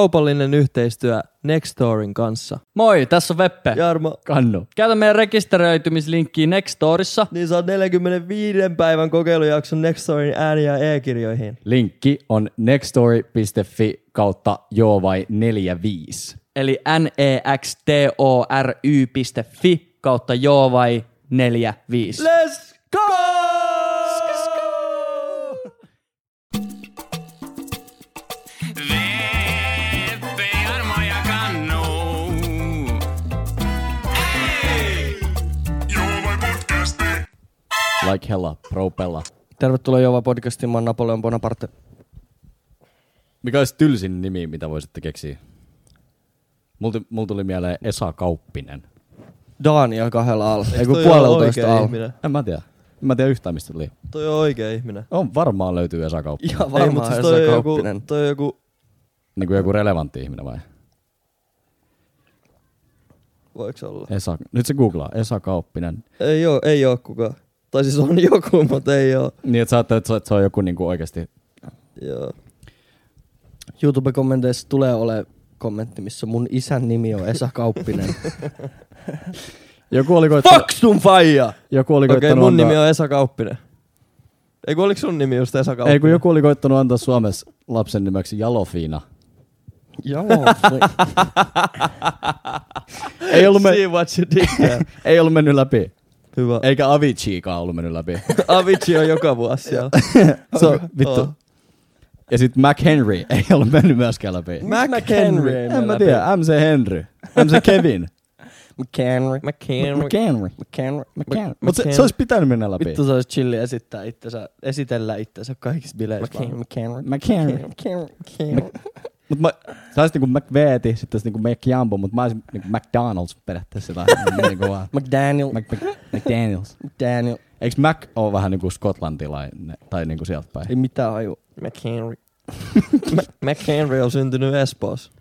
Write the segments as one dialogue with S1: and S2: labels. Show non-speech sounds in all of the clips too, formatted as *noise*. S1: Kaupallinen yhteistyö Nextorin kanssa.
S2: Moi, tässä on Veppe.
S1: Jarmo,
S3: Kannu.
S2: Käytä meidän rekisteröitymislinkkiä Nextorissa.
S1: niin saa 45 päivän kokeilujakson Nextorin ääni- ja e-kirjoihin.
S3: Linkki on nextstory.fi kautta joo vai 45.
S2: Eli E nextory.fi kautta joo vai 45.
S1: Let's go!
S4: Veppe, Jarmo ja Kannu. Hei! Joo vai podcast?
S3: Like hella, propella.
S5: Tervetuloa Jova podcastiin, mä oon Napoleon Bonaparte.
S3: Mikä olisi tylsin nimi, mitä voisitte keksiä? Mulla mul tuli mieleen Esa Kauppinen.
S5: Daniel kahdella alla. Ei
S1: Toi
S5: kun
S1: on oikea
S5: puoleltoista alla.
S1: ihminen.
S3: En mä tiedä. En mä tiedä yhtään, mistä tuli.
S1: Toi on oikea ihminen.
S3: On, varmaan löytyy Esa Kauppinen.
S5: Ihan
S1: Ei, mutta
S5: varmaan
S1: siis
S5: Esa
S1: toi on joku,
S5: Kauppinen.
S1: toi on joku,
S3: Niin kuin joku relevantti ihminen vai?
S1: voiks olla?
S3: Esa, nyt se googlaa. Esa Kauppinen.
S1: Ei oo, ei oo kukaan. Tai siis on *laughs* joku, mutta ei oo.
S3: Niin, että sä ajattelet, että se- että se on joku niinku oikeasti...
S1: Joo.
S5: YouTube-kommenteissa tulee ole kommentti, missä mun isän nimi on Esa Kauppinen. *laughs*
S3: Joku oli koittanut...
S1: Fuck sun faija!
S3: Joku oli
S1: Okei,
S3: koittanut
S1: mun
S3: antaa-
S1: nimi on Esa Kauppinen. Eiku, oliks sun nimi just Esa Kauppinen?
S3: Ei, kun joku oli koittanut antaa Suomessa lapsen nimeksi Jalofina.
S5: *laughs* Joo. niin.
S3: Ei ollut,
S1: See
S3: men-
S1: what you did there.
S3: ei ollut mennyt läpi.
S1: Hyvä.
S3: Eikä Aviciikaan ollut mennyt läpi.
S1: Avicii on joka vuosi siellä.
S3: Se on, vittu.
S1: Oh.
S3: Ja sitten McHenry *laughs* ei ollut mennyt myöskään läpi.
S5: McHenry ei
S3: en
S5: mene
S3: mä
S5: läpi.
S3: tiedä, MC Henry.
S5: *laughs*
S3: MC Kevin.
S5: McHenry.
S1: McHenry.
S3: McHenry.
S5: Niin, McHenry.
S3: McHenry. Mutta se, se olisi pitänyt mennä läpi.
S5: Vittu se olisi chilli esittää itsensä, esitellä itsensä kaikissa bileissä.
S1: McHenry.
S5: vaan. McHenry.
S3: McHenry.
S5: *laughs* McHenry. McHenry.
S3: Mut mä, sä olisit niinku McVeeti, sitten niinku McJambo, mut mä olisin niinku McDonald's periaatteessa tai *laughs* niinku vaan.
S5: McDaniel.
S3: Mc, Mc, McDaniels.
S5: McDaniel.
S3: Eiks Mac oo vähän niinku skotlantilainen tai niinku sieltä päin?
S5: Ei mitään haju.
S1: McHenry. McHenry on syntynyt Espoossa.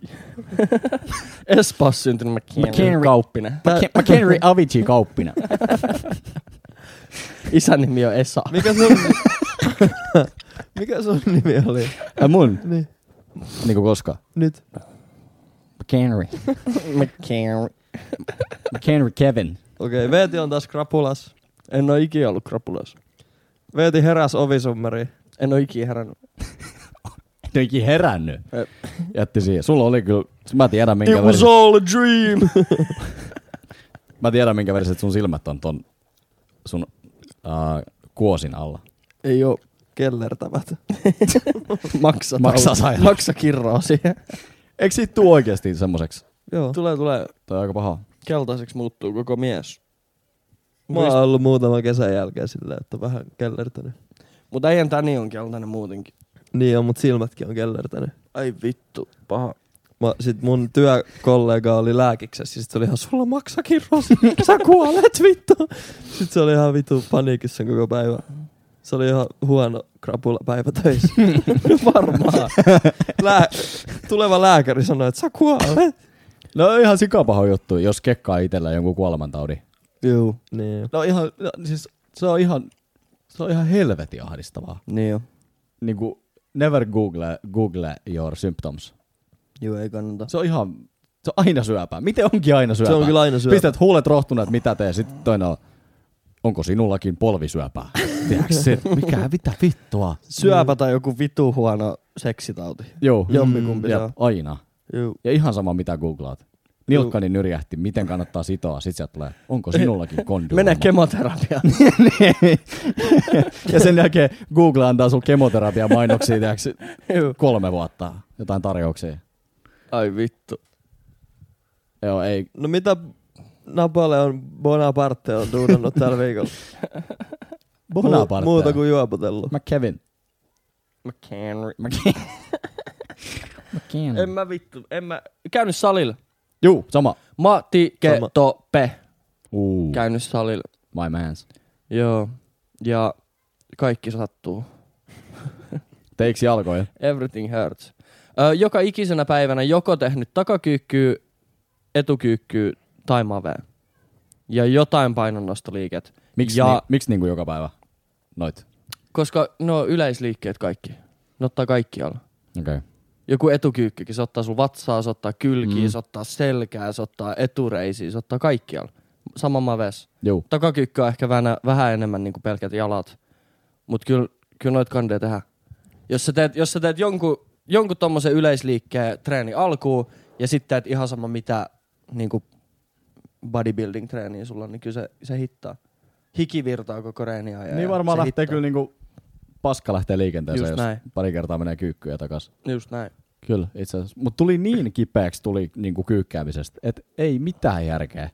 S5: Espa on syntynyt McHenry.
S3: McHenry.
S5: Kauppinen.
S3: Mc- McHenry Avicii
S5: *laughs*
S3: Kauppinen.
S5: Isän nimi on Esa.
S1: Mikä sun... *laughs* Mikä sun nimi oli?
S3: Ja mun?
S1: Niin.
S3: Niinku koska?
S1: Nyt.
S3: McHenry.
S5: McHenry.
S3: McHenry Kevin.
S1: Okei, okay, Veeti on taas krapulas.
S5: En oo ikinä ollut krapulas.
S1: Veeti heräs ovisummeri.
S5: En oo ikinä herännyt.
S3: Ne onkin herännyt.
S5: Ö.
S3: Jätti siihen. Sulla oli kyllä, mä tiedän minkä
S5: It was
S3: väriset,
S5: all a dream.
S3: mä tiedän minkä väriset sun silmät on ton sun uh, kuosin alla.
S5: Ei oo.
S1: Kellertävät.
S5: Maksa.
S3: Maksa
S5: taulu.
S3: sairaala.
S5: Maksa kirroa siihen.
S3: Eikö siitä tuu oikeesti semmoseksi?
S1: Joo.
S5: Tulee, tulee.
S3: Toi on aika paha.
S5: Keltaiseksi muuttuu koko mies.
S1: Mä oon ollut muutaman kesän jälkeen silleen, että vähän kellertänyt.
S5: Mutta äijän täni on keltainen muutenkin.
S1: Niin on, mut silmätkin on kellertänyt.
S5: Ai vittu, paha.
S1: Mä, sit mun työkollega oli lääkiksessä ja sit se oli ihan, sulla maksakirros, sä kuolet vittu. Sit se oli ihan vitu paniikissa koko päivä. Se oli ihan huono krapulapäivä töissä. *laughs*
S5: Varmaan.
S1: Lää, tuleva lääkäri sanoi, että sä kuolet.
S3: No on ihan sikapaha juttu, jos kekkaa itellä jonkun kuolemantaudin.
S5: Juu.
S1: Niin.
S3: No ihan, no, siis se on ihan, se on ihan helvetin ahdistavaa.
S5: Niin jo.
S3: Niinku never google, google your symptoms.
S5: Juu, ei kannata.
S3: Se on ihan, se on aina syöpää. Miten onkin aina
S1: Se
S3: syöpää?
S1: on kyllä aina syöpä.
S3: Pistät huulet rohtuneet, mitä tee, sitten toinen on, onko sinullakin polvisyöpää? Tiedätkö se, mikä mitä vittua?
S5: Syöpä tai joku vitu huono seksitauti.
S3: Joo,
S5: Jompikumpi se
S3: Mm, jep,
S5: on.
S3: aina.
S5: Juu.
S3: Ja ihan sama, mitä googlaat. Nilkkani nyrjähti, miten kannattaa sitoa, sit sieltä tulee, onko sinullakin kondyoma?
S5: Mene
S3: *laughs*
S5: kemoterapiaan.
S3: ja sen jälkeen Google antaa sun kemoterapian mainoksia, tiedätkö, kolme vuotta, jotain tarjouksia.
S5: Ai vittu.
S3: Joo, ei,
S1: No mitä Napoleon Bonaparte on duunannut tällä viikolla?
S3: Bonaparte.
S1: Mu- Muuta kuin juopotellut.
S3: McKevin.
S5: McHenry.
S3: McKevin.
S5: En mä vittu, en mä...
S2: Käynyt salilla.
S3: Juu, sama.
S2: Matti
S1: Sama.
S2: Ketope.
S3: Uu,
S5: Käynyt salilla.
S3: my mans.
S5: Joo. Ja kaikki sattuu.
S3: Teiks jalkoja?
S5: Everything hurts.
S2: Ö, joka ikisenä päivänä joko tehnyt takakyykkyä, etukyykkyä tai mavea. Ja jotain painonnostoliiket.
S3: Miksi
S2: Ja-
S3: ja... ni, miks niinku joka päivä? Noit.
S5: no
S2: Koska ne on yleisliikkeet kaikki. Ne ottaa kaikkialla.
S3: Okei. Okay.
S5: Joku etukyykkykin, se ottaa sun vatsaa, se ottaa kylkiä, mm. se ottaa selkää, se ottaa etureisiä, se ottaa kaikkialla. Sama maves.
S3: Joo.
S5: Takakyykky on ehkä vähän, vähän enemmän niin pelkät jalat, mutta kyllä, kyllä noit kandeja tehdään. Jos sä teet, jos sä teet jonkun, jonkun tommosen yleisliikkeen treeni alkuun ja sitten teet ihan sama mitä niin bodybuilding treeniä sulla on, niin kyllä se, se hittaa. Hiki virtaa koko reeni ajan.
S3: Niin
S5: ja
S3: varmaan
S5: se
S3: lähtee
S5: hittaa.
S3: kyllä niinku, paska lähtee liikenteeseen,
S5: Just
S3: jos
S5: näin.
S3: pari kertaa menee kyykkyyn ja takas.
S5: Just näin.
S3: Kyllä, itse asiassa. Mutta tuli niin kipeäksi tuli niinku kyykkäämisestä, että ei mitään järkeä.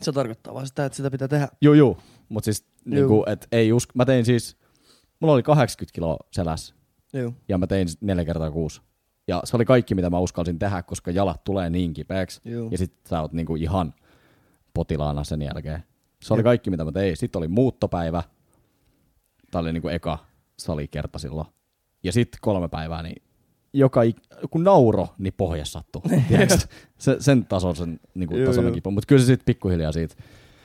S5: Se tarkoittaa vaan sitä, että sitä pitää tehdä.
S3: Joo, joo. Mutta siis
S5: Juu.
S3: niinku, et ei usko. Mä tein siis, mulla oli 80 kiloa selässä
S5: Joo.
S3: ja mä tein neljä kertaa kuusi. Ja se oli kaikki, mitä mä uskalsin tehdä, koska jalat tulee niin kipeäksi.
S5: Juu.
S3: Ja sit sä oot niinku ihan potilaana sen jälkeen. Se oli kaikki, mitä mä tein. Sitten oli muuttopäivä. Tää oli niinku eka salikerta silloin. Ja sitten kolme päivää, niin joka ik- kun nauro, niin pohja sattuu. Tiedätkö? se, sen tason sen niinku, tason kipu. Mutta kyllä se sitten pikkuhiljaa siitä.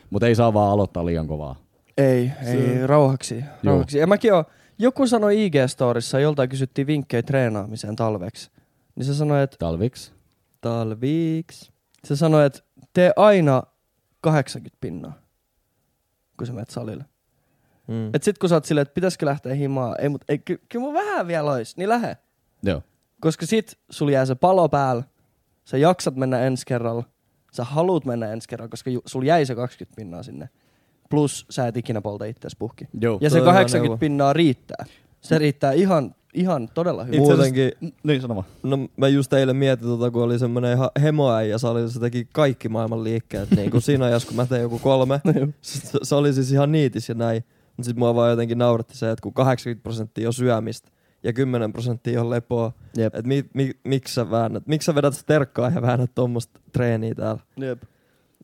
S3: Mutta ei saa vaan aloittaa liian kovaa.
S5: Ei, ei, rauhaksi. rauhaksi. Ja mäkin oon, joku sanoi IG-storissa, joltain kysyttiin vinkkejä treenaamiseen talveksi. Niin se sanoi, että
S3: Talviksi.
S5: talviiksi. Se sanoi, että tee aina 80 pinnaa, kun sä menet salille.
S1: Mm.
S5: Et sit kun sä oot silleen, että pitäisikö lähteä himaan, ei, mut ei, ky- kyllä mun vähän vielä ois, niin lähe.
S3: Joo.
S5: Koska sit sul jää se palo päällä, sä jaksat mennä ensi kerralla, sä haluut mennä ensi kerralla, koska ju- sul jäi se 20 pinnaa sinne. Plus sä et ikinä polta itseäsi puhki.
S3: Joo.
S5: Ja se
S1: Toi on hyvä
S5: 80
S1: neuvo.
S5: pinnaa riittää. Se riittää ihan, ihan todella hyvin.
S1: Itse asiassa,
S3: Niin sanoma.
S1: no mä just eilen mietin, tota, kun oli semmonen ihan hemoäijä salilla, se teki kaikki maailman liikkeet, niin
S3: *laughs*
S1: kuin siinä ajassa, kun mä tein joku kolme.
S3: No
S1: se, se oli siis ihan niitis ja näin. Mutta sitten mua vaan jotenkin nauratti se, että kun 80 prosenttia on syömistä ja 10 prosenttia on lepoa,
S5: Jep.
S1: että mi, mi, miksi sä väännät, miksi sä vedät sitä terkkaa ja väännät tuommoista treeniä täällä.
S5: Jep.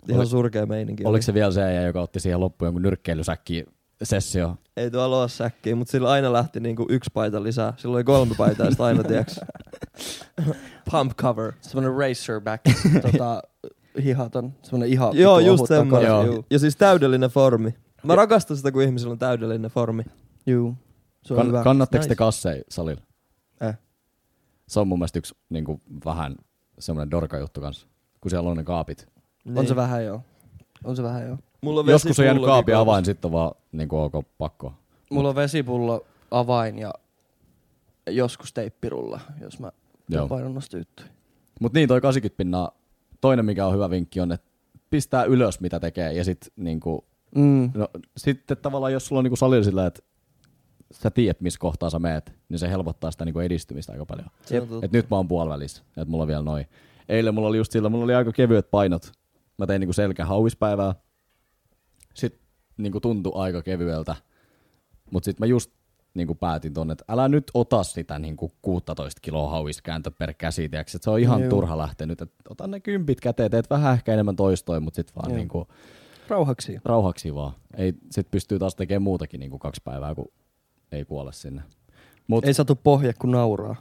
S1: Ihan
S3: Oli-
S1: surkea meininki.
S3: Oliko se vielä se, äijä, joka otti siihen loppuun jonkun nyrkkeilysäkki sessio?
S1: Ei tuolla ole säkkiä, mutta sillä aina lähti niinku yksi paita lisää. Silloin oli kolme paitaa sitä aina,
S3: *laughs*
S1: tiiäks. Pump cover.
S5: Semmoinen racerback, tota, hihaton, semmoinen ihan
S1: Joo,
S5: vitu
S1: just
S5: ohut takana.
S1: semmoinen.
S3: Joo.
S1: Joo. Ja siis täydellinen formi. Mä rakastan sitä, kun ihmisillä on täydellinen formi.
S5: Juu. Se on
S3: Kann-
S5: hyvä.
S3: kannatteko
S1: Nice.
S3: te kasseja salilla?
S5: Eh.
S3: Se on mun mielestä yksi niin kuin, vähän semmoinen dorka juttu kanssa, kun siellä on ne kaapit.
S5: Niin. On se vähän joo. On se vähän joo.
S1: Mulla on
S3: Joskus on jäänyt
S1: vesipullokin
S3: kaapin
S1: kourassa.
S3: avain, sitten on vaan niin kuin, ok, pakko.
S5: Mulla on vesipullo, avain ja joskus teippirulla, jos mä
S3: Joo.
S5: painon nosta juttuja.
S3: Mutta niin, toi 80 pinnaa, toinen mikä on hyvä vinkki on, että pistää ylös mitä tekee ja sitten niin kuin,
S5: Mm.
S3: no, sitten tavallaan jos sulla on niin kuin salilla sillä, että sä tiedät, missä kohtaa sä meet, niin se helpottaa sitä niin kuin edistymistä aika paljon.
S1: Se on totta.
S3: Et nyt mä oon puolivälissä, että mulla on vielä noin. Eilen mulla oli just sillä, mulla oli aika kevyet painot. Mä tein niinku selkä hauispäivää. Sitten niinku tuntui aika kevyeltä. Mut sitten mä just niinku päätin tonne, että älä nyt ota sitä niinku 16 kiloa hauiskääntö per käsi, tiiäks, et se on ihan
S5: Joo.
S3: turha lähteä nyt. Et ota ne kympit käteen, teet vähän ehkä enemmän toistoja, mut sit vaan
S5: Joo.
S3: niinku
S5: Rauhaksi.
S3: rauhaksi vaan. Ei, sit pystyy taas tekemään muutakin niinku kaksi päivää, kun ei kuole sinne. Mut,
S5: Ei satu pohja, kun nauraa.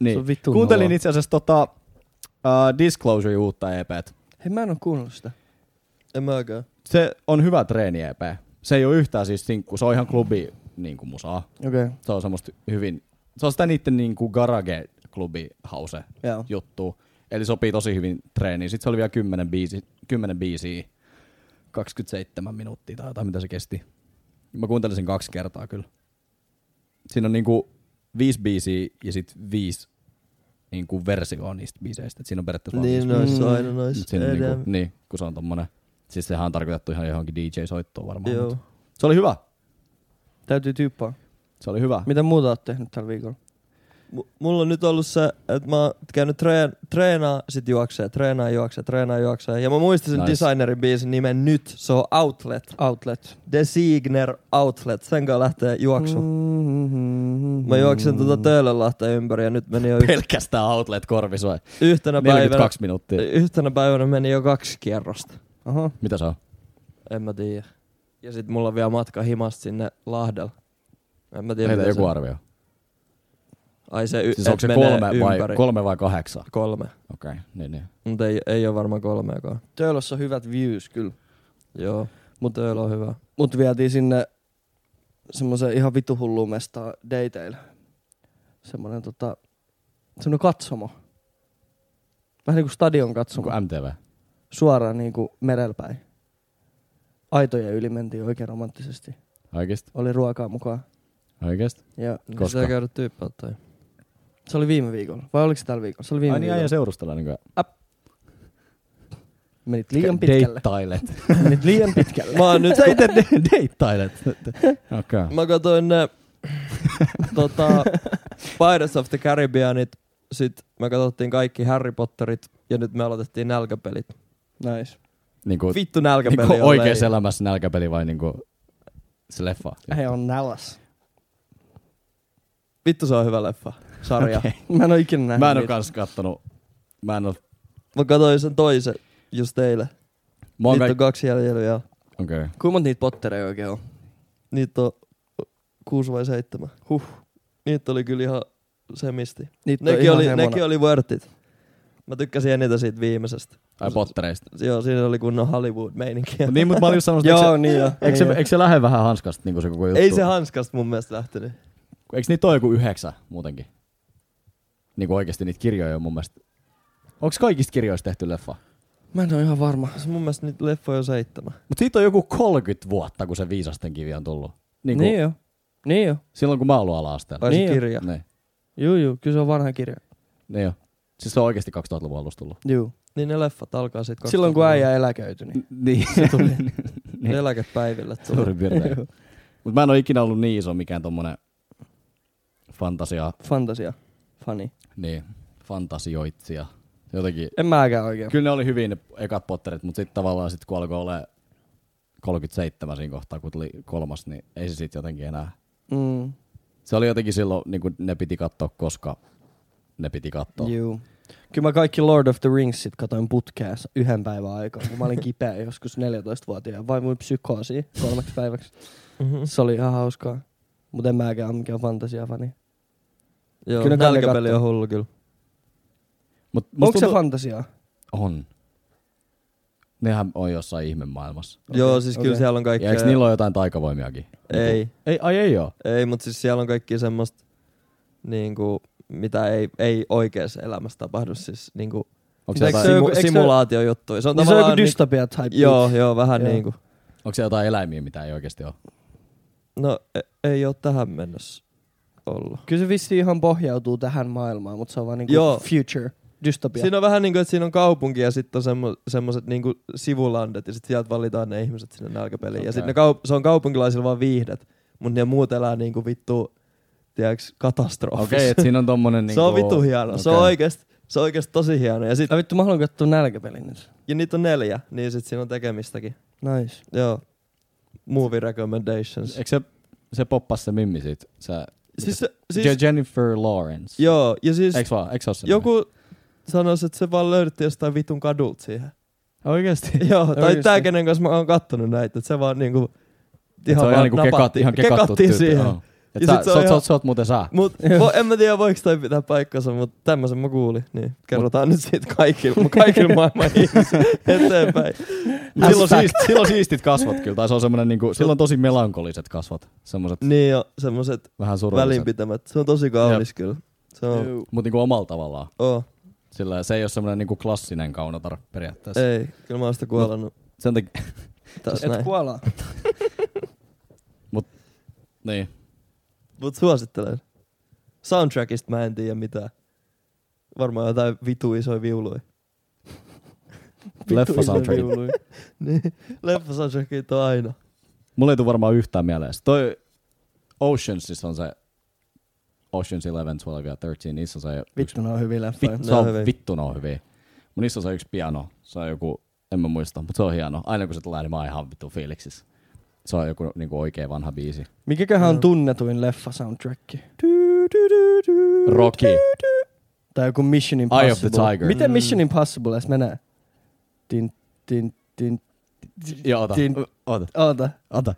S3: niin.
S5: Se on vitun
S3: Kuuntelin
S5: noloa.
S3: itse asiassa tota, uh, Disclosure uutta EPt.
S5: Hei, mä en oo kuunnellut sitä.
S1: En mäkään.
S3: Se on hyvä treeni EP. Se ei ole yhtään siis sinkku, se on ihan klubi niin kuin musaa.
S5: Okei. Okay.
S3: Se on semmoista hyvin, se on sitä niiden niin kuin garage klubi hause
S5: Joo.
S3: juttu. Eli sopii tosi hyvin treeniin. Sitten se oli vielä 10 biisi, 10 biisiä, 27 minuuttia tai jotain, mitä se kesti. Mä kuuntelin sen kaksi kertaa kyllä. Siinä on niinku viisi biisiä ja sitten viisi niinku versioa niistä biiseistä. Et siinä on periaatteessa vaan
S1: Niin,
S3: viisi
S1: nois,
S5: Mm.
S1: mm. aina nois.
S3: Mut siinä on
S1: Edem.
S3: niinku, niin, kun se on tommonen. Siis sehän on tarkoitettu ihan johonkin DJ-soittoon varmaan.
S1: Joo.
S3: mut Se oli hyvä.
S5: Täytyy tyyppää.
S3: Se oli hyvä.
S5: Mitä muuta oot tehnyt tällä viikolla?
S1: M- mulla on nyt ollut se, että mä oon käynyt treen, treenaa, sit juoksee, treenaa, juoksee, treenaa, juoksee. Ja mä muistin sen
S3: Nice.
S1: nice. designerin biisin nimen nyt. Se on Outlet.
S5: Outlet.
S1: Designer Outlet. Sen kanssa lähtee juoksu. Mm. Mä juoksin tuota Töölönlahta ympäri ja nyt meni jo yh-
S3: Pelkästään outlet korvi soi.
S1: yhtenä päivänä.
S3: 42 minuuttia.
S1: Yhtenä päivänä meni jo kaksi kierrosta.
S5: Aha.
S3: Mitä se on?
S1: En mä tiedä. Ja sit mulla on vielä matka himasta sinne Lahdella. En mä tiedä,
S3: Heitä
S1: mitä
S3: joku
S1: se-
S3: arvio.
S1: Ai se, y-
S3: Siis onko
S1: et
S3: se
S1: menee
S3: kolme vai,
S1: ympäri.
S3: kolme vai kahdeksan?
S1: kolme.
S3: Okei, okay, niin niin.
S1: Mutta ei, ei ole varmaan kolmeakaan.
S5: Töölössä on hyvät views kyllä.
S1: Joo. Mutta Töölö on hyvä.
S5: mut vietiin sinne semmoiseen ihan vitu hulluun mestaan dateille. Semmoinen tota, semmoinen katsomo. Vähän niin kuin stadion katsomo.
S3: Onko MTV?
S5: Suoraan niin kuin merellä päin. Aitoja yli mentiin oikein romanttisesti.
S3: Oikeesti?
S5: Oli ruokaa mukaan.
S3: Oikeesti?
S5: Ja
S3: Koska?
S1: Pitää käydä tyyppää tai...
S5: se oli viime viikolla. Vai oliko se tällä viikolla? Se oli viime
S3: Ai niin,
S5: viikolla.
S3: äijä seurustellaan niinku
S5: Menit liian pitkälle.
S3: Deittailet.
S5: Menit liian pitkälle.
S1: Mä oon nyt...
S3: Sä ite *laughs* de- deittailet. Okei. Okay.
S1: Mä katsoin ne... tota, Pirates of the Caribbeanit. Sitten me katsottiin kaikki Harry Potterit. Ja nyt me aloitettiin nälkäpelit.
S5: Nice.
S3: Niinku,
S1: Vittu nälkäpeli
S3: niinku
S1: on
S3: oikeassa
S1: lei.
S3: elämässä nälkäpeli vai niinku se leffa?
S5: He on näläs.
S1: Vittu se on hyvä leffa. Sarja.
S3: Okei.
S5: *laughs* Mä en oo ikinä nähnyt
S3: Mä en niinku- oo
S5: niitä.
S3: kans kattonut. Mä en oo...
S1: Mä katsoin sen toisen just teille.
S3: Mä
S1: Niitä
S3: oon
S1: on
S3: kaikki...
S1: kaksi jäljellä vielä.
S3: Okei. Okay.
S5: Kuinka monta niitä pottereja oikein on?
S1: Niitä on kuusi vai seitsemän. Huh. Niitä oli kyllä ihan semisti.
S5: Niitä
S1: Nekin
S5: ihan
S1: oli,
S5: hemona.
S1: nekin oli worthit. Mä tykkäsin eniten siitä viimeisestä.
S3: Ai pottereista.
S1: Joo, siinä oli kunnon Hollywood-meininkiä.
S3: Mut *laughs* niin, mut mä olin just sanomassa,
S5: Joo,
S3: eikö se,
S5: niin joo.
S3: eikö
S5: niin
S3: se,
S5: joo.
S3: eikö se lähde vähän hanskasta niinku se koko juttu?
S1: Ei se hanskasta mun mielestä lähtenyt.
S3: Eikö niitä ole joku yhdeksän muutenkin? Niinku oikeesti niitä kirjoja on mun mielestä. Onks kaikista kirjoista tehty leffa?
S5: Mä en oo ihan varma.
S1: Se mun mielestä nyt leffa on jo seitsemän.
S3: Mut siitä on joku 30 vuotta, kun se viisasten kivi on tullut. Niinku,
S5: Niin joo. Niin joo.
S3: Silloin kun mä oon ollut ala-asteella.
S1: Vai niin
S5: Niin
S1: se
S5: jo.
S1: kirja.
S3: Niin,
S5: Juu, juu. Kyllä se on vanha kirja.
S3: niin jo. Siis se on oikeesti 2000-luvun alusta tullut.
S5: Juu.
S1: Niin ne leffat alkaa sit
S5: Silloin kun äijä eläköity, niin
S3: Niin.
S1: se tuli
S3: Niin.
S1: eläkepäivillä. tuli.
S3: *laughs* Suurin piirtein. Mut mä en oo ikinä ollut niin iso mikään tommonen fantasia,
S5: fantasia. Fani.
S3: niin, fantasioitsija. Jotenkin,
S5: En mäkään oikein.
S3: kyllä ne oli hyvin ne ekat potterit, mutta sitten tavallaan sit kun alkoi olemaan 37 siinä kohtaa, kun tuli kolmas, niin ei se sitten jotenkin enää.
S5: Mm.
S3: Se oli jotenkin silloin, niin kuin ne piti katsoa, koska ne piti katsoa.
S5: Juu. Kyllä mä kaikki Lord of the Ringsit katoin putkeen yhden päivän aikaa, kun mä olin kipeä joskus 14-vuotiaan. Vai mun psykoosi kolmeksi päiväksi.
S1: Mhm.
S5: Se oli ihan hauskaa. Mutta en mäkään ole mikään fantasiafani.
S1: Joo,
S5: Kyllä
S1: kyllä
S5: ne kaikki
S1: nälkäpeli
S5: kattoo.
S1: on hullu kyllä.
S3: Mut musta
S5: Onko se Niin
S3: tuntuu-
S5: fantasiaa?
S3: On. Nehän on jossain ihmemaailmassa.
S5: Okei,
S1: Joo, siis kyllä
S5: okei.
S1: siellä on
S3: Ja
S1: kaikkea.
S3: eikö niillä ole jotain taikavoimiakin?
S1: Ei,
S3: Ei, ai ei oo.
S1: ei, mutta siis siellä on kaikki semmoista, niinku, mitä ei, ei oikeassa elämässä tapahdu. Siis niinku,
S3: Onko
S1: Eikö se,
S3: se, jotain,
S1: se
S5: jotain-
S1: joku,
S5: Eikö se-
S1: simulaatio juttu. Se on
S5: Niin se on
S1: tavallaan
S5: joku dystopia type.
S1: niin, Joo, joo, vähän
S5: Joo.
S1: niinku.
S3: onko se jotain eläimiä, mitä ei oikeasti ole?
S1: No e- ei ole tähän mennessä ollut.
S5: Kyllä se vissiin ihan pohjautuu tähän maailmaan, mutta se on vaan niinku
S1: Joo.
S5: future, dystopia.
S1: Siinä on vähän niin kuin, että siinä on kaupunki ja sitten on semmo, semmoiset niin sivulandet ja sitten sieltä valitaan ne ihmiset sinne nälkäpeliin. Okay.
S3: Okei.
S1: Ja sitten kaup- se on kaupunkilaisilla vaan viihdet, mutta ne muut elää niin kuin vittu, tiedäks, katastrofissa. *laughs*
S3: Okei, okay, siinä on tommonen
S1: niin
S3: niinku...
S1: se on vittu hieno. Okay. Se on
S3: Okei.
S1: oikeasti se on oikeasti tosi hieno. Ja, sit,
S5: Ai vittu, mä haluan katsoa nälkäpelin nyt.
S1: ja niitä on neljä, niin sitten siinä on tekemistäkin.
S5: Nice.
S1: Joo. Movie recommendations.
S3: Eikö se, se poppas se mimmi sit? Se,
S1: Siis, se-
S3: siis,
S1: siis,
S3: Jennifer Lawrence.
S1: joo, ja siis
S3: Eiks vaan, eiks se oo semmonen?
S1: joku sanoisi, että se vaan löydettiin jostain vitun kadulta siihen.
S3: Oikeesti?
S1: *laughs* Joo, tai
S5: Oikeesti.
S1: tää kenen kanssa mä oon kattonut näitä, että se vaan niinku ihan
S3: niin. se on
S1: vaan
S3: ihan niinku kekat,
S1: napattiin-
S3: ihan kekattu
S1: kekattiin
S3: tyyppi,
S1: siihen.
S3: joo. Et
S1: Ja
S3: sä,
S1: sit se
S3: sä,
S1: on
S3: oot- sä,
S1: ihan-
S3: oot- sä oot muuten sä.
S1: Mut vo, en mä tiedä voiko toi pitää paikkansa, mutta tämmösen mä kuulin. Niin, kerrotaan nyt siitä kaikille, kaikille
S3: *laughs*
S1: maailman ihmisille eteenpäin.
S3: Mut Silloin,
S5: Hashtag.
S1: siis-
S3: siist, *laughs* silloin siistit kasvot kyllä, tai se on semmonen niinku, silloin tosi melankoliset kasvot. Semmoset
S1: Niin jo, semmoset
S3: vähän surulliset.
S1: välinpitämät. Se on tosi kaunis kyllä. Se on,
S3: Mut niinku omalla tavallaan.
S1: oh,
S3: Sillä se ei ole semmoinen niinku klassinen kaunotar periaatteessa. Ei.
S1: ei, kyllä mä oon sitä kuolannut
S3: Sen takia, *laughs*
S1: tässä
S5: Et
S1: näin.
S5: kuolaa.
S3: niin.
S1: Mut suosittelen. Soundtrackista mä en tiedä mitään. Varmaan jotain vitu isoja viului.
S3: Leffa soundtrack.
S1: *laughs* Niin, leffa soundtrackit on aina.
S3: Mulle ei tule varmaan yhtään mieleen. Se Toi Oceans siis on se Oceans 11, 12 ja 13, niissä on se yksi,
S5: Vittu, ne on hyviä leffoja.
S3: vittu,
S1: Ne
S3: se
S1: on
S3: on
S1: hyviä.
S3: vittu, ne on hyviä. Mun niissä on se yksi piano, se on joku, en mä muista, mutta se on hieno. Aina kun se tulee, niin mä oon ihan vittu fiiliksissä. Se on joku niinku oikein vanha biisi.
S5: Mikäköhän
S1: Joo.
S5: on tunnetuin leffa soundtrack?
S3: Rocky,
S5: Tai joku Mission Impossible.
S3: Eye of the Tiger.
S5: Miten
S1: Mm.
S5: Mission Impossible edes menee? Tin, tin, tin,
S3: Joo, ota.
S5: tin.
S3: Ota.
S5: Oota.
S3: Ota.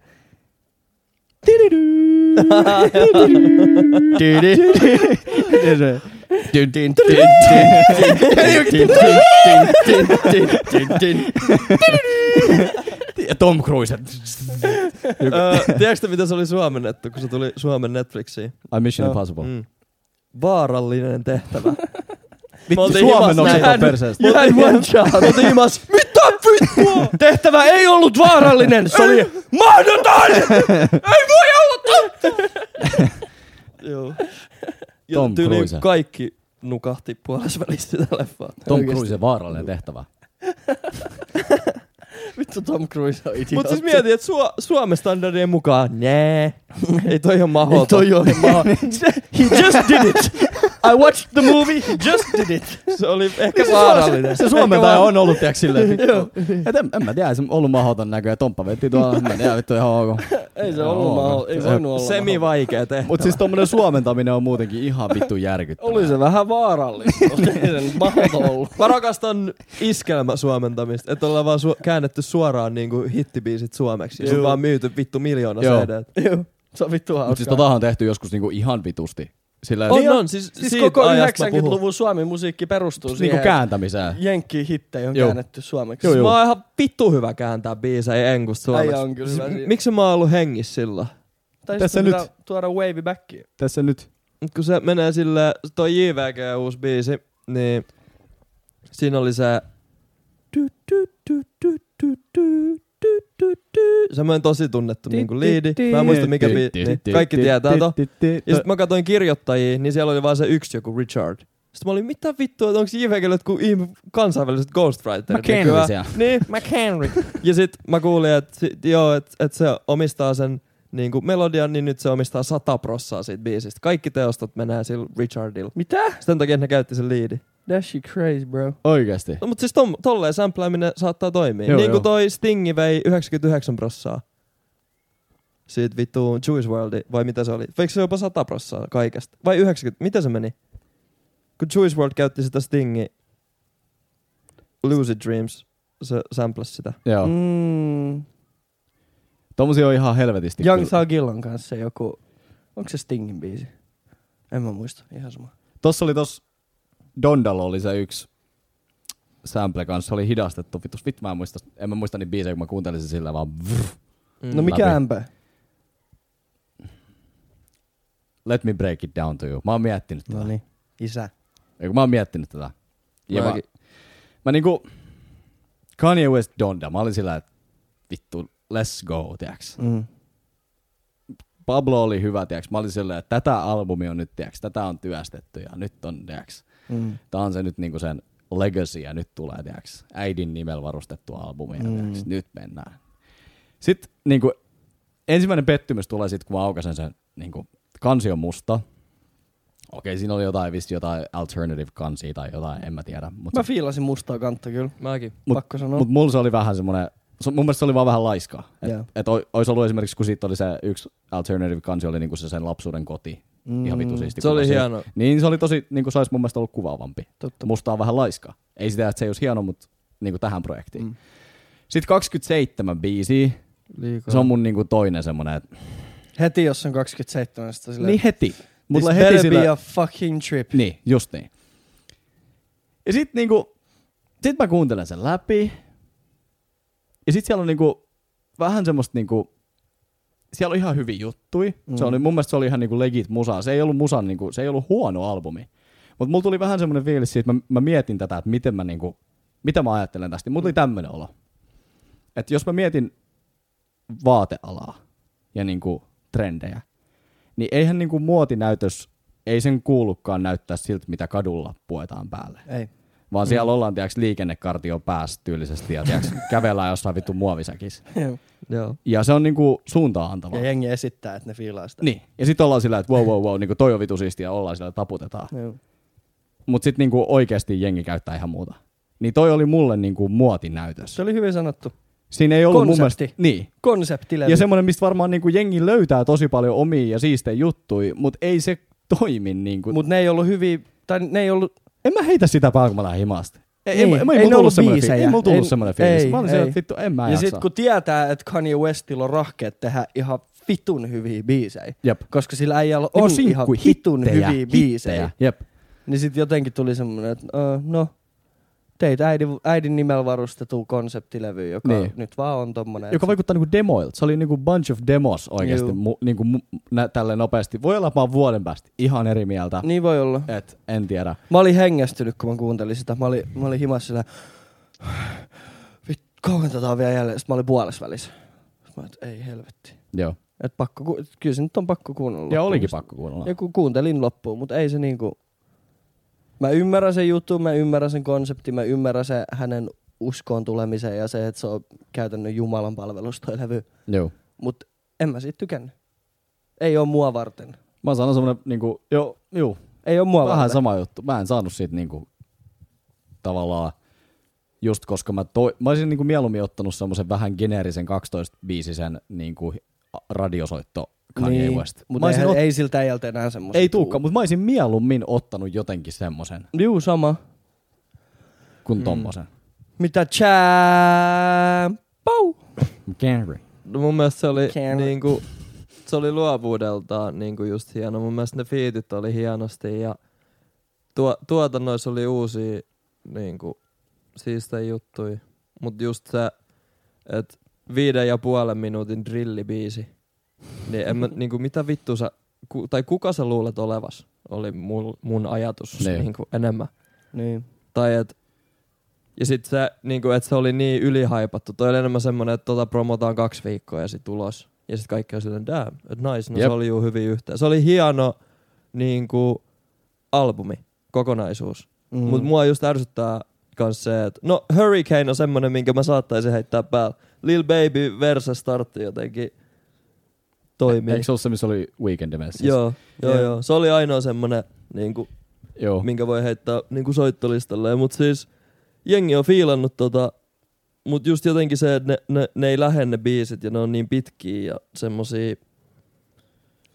S3: Ja Tom Cruise.
S1: Öö, Tiedätkö te, mitä se oli suomennettu, kun se tuli Suomen Netflixiin?
S3: Ai Mission
S5: Joo.
S3: Impossible.
S1: Mm. vaarallinen tehtävä.
S3: Vittu,
S1: oltiin
S3: Suomen tota
S1: himas
S3: on
S1: näin.
S3: perseestä.
S1: You had one job. Mä oltiin himas, mitä vittua?
S5: Tehtävä ei ollut vaarallinen, se oli
S1: *laughs*
S5: mahdoton! Ei voi olla totta!
S1: Joo.
S3: Tom
S1: Ja tyyliin
S3: Cruise.
S1: kaikki nukahti puolessa välissä sitä leffaa.
S3: Tom Cruisen vaarallinen tehtävä.
S5: Vittu Tom Cruise on idiootti.
S1: Mut siis mietin, että Suo- Suomen standardien mukaan, nää, ei toi ihan mahdoton.
S5: Ei toi ole mahdoton. He just did it. I watched the movie, he just did it.
S1: Se oli ehkä vaarallinen.
S3: Se, se Suomen
S1: Ehkä
S3: päivä
S1: vaan-
S3: on ollut, tiedätkö silleen. Et en, en mä tiedä, ei se on ollut mahdoton näkö. Ja Tomppa vetti tuolla, en mä tiedä, vittu ihan ok.
S5: Ei se ollut mahdollista, ei voinut olla
S1: Semi vaikea tehtävä.
S3: Mut siis tommonen suomentaminen on muutenkin ihan vittu järkyttävää.
S5: Oli se vähän vaarallista, mutta ei se nyt mahdoton ollut.
S1: Varakasta on iskelmä suomentamista, että ollaan vaan su- käännetty suoraan niinku hittibiisit suomeksi. Ja se on
S5: Joo.
S1: vaan myyty vittu miljoona
S3: Joo.
S1: cd
S5: *laughs* Joo, se on vittu hauskaa.
S3: Mut siis totahan on tehty joskus niinku ihan vitusti. Sillä
S1: On,
S3: niin,
S1: niin on, siis,
S5: Siis
S1: siitä
S5: koko
S1: ajasta mä puhun.
S5: 90-luvun suomi musiikki perustuu siihen,
S3: niinku
S5: että
S3: kääntämiseen.
S5: Jenkkiin hittejä on
S3: Joo.
S5: käännetty suomeksi.
S3: Joo,
S1: Siis
S3: joo.
S1: Mä oon ihan vittu hyvä kääntää biisejä enkusta suomeksi. Siis
S5: Äijä on kyllä hyvä siinä.
S1: Miksi mä oon ollut hengissä silloin?
S5: Tai
S3: Tässä
S5: sitten
S3: nyt.
S5: pitää tuoda wavy backiin.
S3: Tässä nyt.
S1: Mut kun se menee sille, toi JVG uusi biisi, niin siinä oli se... Du, du, du, du, du, du, du, du, du. Semmoinen tosi tunnettu niinku liidi. Mä en muista mikä biisi. Niin, kaikki tietää to. Ja sit mä katsoin kirjoittajia, niin siellä oli vaan se yksi joku Richard. Sitten mä olin, mitä vittua, että onko JVGllä jotkut ihme- kansainväliset
S3: No
S1: ghostwriterit? nykyään? Niin, McHenry. ja sit mä kuulin, että sit- joo, et, et se omistaa sen niin kuin melodian, niin nyt se omistaa sata prossaa siitä biisistä. Kaikki teostot menee sillä Richardilla.
S5: Mitä?
S1: Sen takia että ne käytti sen liidi.
S5: That shit crazy, bro.
S3: Oikeesti.
S1: No, mutta siis tom, tolleen sampläiminen saattaa toimia.
S3: Joo,
S1: Joo, niin
S3: joo.
S1: kuin toi Stingi vei 99 prossaa siitä vittuun Jewish Worldi, vai mitä se oli? Veikö se jopa 100 prossaa kaikesta? Vai 90? Mitä se meni? Kun Jewish World käytti sitä Stingi Lucid Dreams, se samplasi sitä.
S3: Joo.
S5: Mm.
S3: Tommosia on ihan helvetisti.
S5: Young
S3: kyllä.
S5: Thugilla on kanssa se joku... Onko se Stingin biisi? En mä muista, ihan sama.
S3: Tossa oli tos Dondalla oli se yksi sample kanssa, se oli hidastettu. Vittu, vittu mä en muista, en mä muista niin biisejä, kun mä kuuntelin sen sillä vaan vrr.
S2: Mm.
S5: No mikä
S3: Mm, Läpi.
S5: ämpä?
S3: Let me break it down to you. Mä oon miettinyt tätä.
S5: No niin, isä.
S3: Eiku, mä oon miettinyt tätä. Ja mä,
S1: Mäkin.
S3: mä niinku, Kanye West Donda, mä olin sillä, että vittu, let's go, tiiäks.
S5: Mm.
S3: Pablo oli hyvä, tiiäks. Mä olin sillä, että tätä albumi on nyt, tiiäks, tätä on työstetty ja nyt on, tiiäks.
S5: Mm.
S3: Tää on se nyt niinku sen legacy ja nyt tulee, tiiäks, äidin nimellä varustettu albumi ja
S5: Mm.
S3: tiiäks, nyt mennään. Sitten niinku, ensimmäinen pettymys tulee sit, kun mä aukasen sen niinku, kansi on musta. Okei, siinä oli jotain, vissi jotain alternative kansia tai jotain, en mä tiedä. Mut
S5: Mä
S3: se-
S5: fiilasin mustaa kantta kyllä,
S1: Mäkin.
S3: Mut-
S5: Mut, pakko sanoa.
S3: Mut mulla se oli vähän semmonen, se- mun mielestä se oli vaan vähän laiskaa. Et,
S5: Joo.
S3: et oi- ois ollut esimerkiksi, kun siitä oli se yksi alternative kansi, oli niinku se sen lapsuuden koti. Mm. Ihan vitu siisti.
S1: Se oli
S3: kuva siitä.
S1: hieno.
S3: Niin se oli tosi, niinku se olisi mun mielestä ollut kuvaavampi.
S5: Totta.
S3: Musta on vähän laiskaa. Ei sitä, että se ei olisi hieno, mutta niinku tähän projektiin. Mm.
S5: Mm.
S3: Sitten 27 biisiä.
S1: Liikaa.
S3: Se on mun niinku toinen semmonen, että
S5: Heti jos on 27, sitä silleen...
S3: niin heti. Mulla
S5: This
S3: heti
S5: better
S3: sillä...
S5: be a fucking trip.
S3: Niin, just niin. Ja sit niinku, sit mä kuuntelen sen läpi. Ja sit siellä on niinku vähän semmoista niinku, siellä on ihan hyviä juttui. Mm. Se oli, mun mielestä se oli ihan niinku legit musaa. Se ei ollut musan niinku, se ei ollut huono albumi. Mutta mulla tuli vähän semmoinen fiilis siitä, että mä, mä, mietin tätä, että miten mä niinku, mitä mä ajattelen tästä. niin Mulla tuli tämmönen olo. Että jos mä mietin vaatealaa ja niinku trendejä, niin eihän niinku muotinäytös, ei sen kuulukaan näyttää siltä, mitä kadulla puetaan päälle. *laughs*
S5: Ei. Mm.
S3: Vaan siellä ollaan, tiiäks, liikennekartio päässä tyylisesti ja tiiäks, *laughs* kävellään jossain vittu muovisäkissä.
S5: Joo.
S1: Joo.
S3: Ja se on niinku suuntaan antava.
S5: Ja jengi esittää, että ne fiilaa sitä.
S3: Niin. Ja sitten ollaan sillä, että wow, wow, wow, niinku toi on vitu siistiä, ollaan sillä, taputetaan.
S5: Joo.
S3: Mutta sitten niinku oikeasti jengi käyttää ihan muuta. Niin toi oli mulle niinku muotinäytös.
S5: Se oli hyvin sanottu.
S3: Siinä ei ollut
S5: Konsepti.
S3: mun mielestä... Niin.
S5: Konseptilevy.
S3: Ja semmoinen, mistä varmaan niinku jengi löytää tosi paljon omia ja siistejä juttuja, mutta ei se toimi. Niinku.
S5: Mut ne ei ollut hyviä, tai ne ei ollut
S3: En mä heitä sitä päällä, kun mä lähden himaasta. Ei, ei,
S5: Niin,
S3: ei, mulla
S5: ei ne
S3: tullut
S5: ollut
S3: semmoinen
S5: biisejä.
S3: fiilis. Ei mulla tullut
S5: Ei-
S3: semmoinen fiilis.
S5: ei,
S3: mä olin siellä,
S5: ei.
S3: että vittu, en mä
S5: ja
S3: jaksa.
S5: sit kun tietää, että Kanye Westillä on rahkeet tehdä ihan vitun hyviä biisejä,
S3: Jep.
S5: koska sillä äijällä
S3: Niinku
S5: on
S3: sinkku,
S5: ihan vitun
S3: hittejä,
S5: hyviä biisejä,
S3: hittejä. Jep.
S5: niin sit jotenkin tuli semmonen, että uh, no, Teit äidin, äidin nimellä varustettu konseptilevy, joka
S3: Niin.
S5: niin. nyt vaan on tommonen.
S3: Joka vaikuttaa niinku demoilta. Se oli niinku bunch of demos oikeasti
S5: Juu.
S3: mu, niinku, mu, nä, tälleen nopeasti. Voi olla, että mä oon vuoden päästä ihan eri mieltä.
S5: Niin voi olla.
S3: Et, en tiedä.
S5: Mä olin hengästynyt, kun mä kuuntelin sitä. Mä olin, mä olin himassa sillä, vittu, kauan tätä on vielä jäljellä. Sitten mä olin puolessa välissä. Sitten mä olin, että ei helvetti.
S3: Joo.
S5: Et pakko, ku- kyllä se nyt on pakko kuunnella.
S3: Ja
S5: loppuun.
S3: olikin pakko kuunnella.
S5: Ja kun kuuntelin loppuun, mutta ei se niinku... Mä ymmärrän sen jutun, mä ymmärrän sen konseptin, mä ymmärrän sen hänen uskoon tulemisen ja se, että se on käytännön Jumalan palvelus toi levy.
S3: Joo.
S5: Mut en mä siitä tykännyt. Ei oo mua varten.
S3: Mä sanon semmonen niinku, joo, juu,
S5: Ei oo mua
S3: vähän
S5: varten.
S3: sama juttu. Mä en saanut siitä niinku tavallaan just koska mä, toi, mä olisin niinku mieluummin ottanut semmoisen vähän geneerisen 12-biisisen niinku a- radiosoitto Kanye
S5: Niin,
S3: West. Mä
S5: Mutta
S3: olisin
S5: ei,
S3: ot-
S5: ei siltä äijältä enää semmoista.
S3: ei tuukka, mutta mä olisin mieluummin ottanut jotenkin semmoisen
S5: Juu, sama.
S3: kuin mm. tommosen.
S5: Mitä champ? Pau!
S3: Gary.
S1: No mun mielestä se oli,
S5: Can't-
S1: niinku, se oli luovuudeltaan niinku just hieno. Mun mielestä ne fiitit oli hienosti ja tuo, tuotannoissa oli uusia niinku, siistä juttuja. Mut just se, että viiden ja puolen minuutin drillibiisi. Niin en mä, niinku, mitä vittu sä, ku, tai kuka sä luulet olevas, oli mul, mun ajatus
S3: Niin.
S1: niinku, enemmän.
S5: Niin.
S1: Tai et, ja sit se, niinku, et se oli niin ylihaipattu. Toi oli enemmän semmonen, että tota promotaan kaksi viikkoa ja sit ulos. Ja sit kaikki on silleen, damn, et nice, no se
S3: Jep.
S1: oli juu hyvin yhteen. Se oli hieno niinku, albumi, kokonaisuus.
S5: Mm.
S1: Mm. Mut mua just ärsyttää kans se, että no Hurricane on semmonen, minkä mä saattaisin heittää päälle. Lil Baby verse startti jotenkin toimii.
S3: Eikö se siis? ollut se, missä oli Weekend-demenssi?
S1: Joo, joo,
S5: Joo.
S1: joo. Se oli ainoa semmonen niinku,
S3: Joo.
S1: minkä voi heittää niinku soittolistalle. Mut siis jengi on fiilannut tota, mut just jotenkin se, että ne, ne, ne ei lähene biisit ja ne on niin pitkiä ja semmosia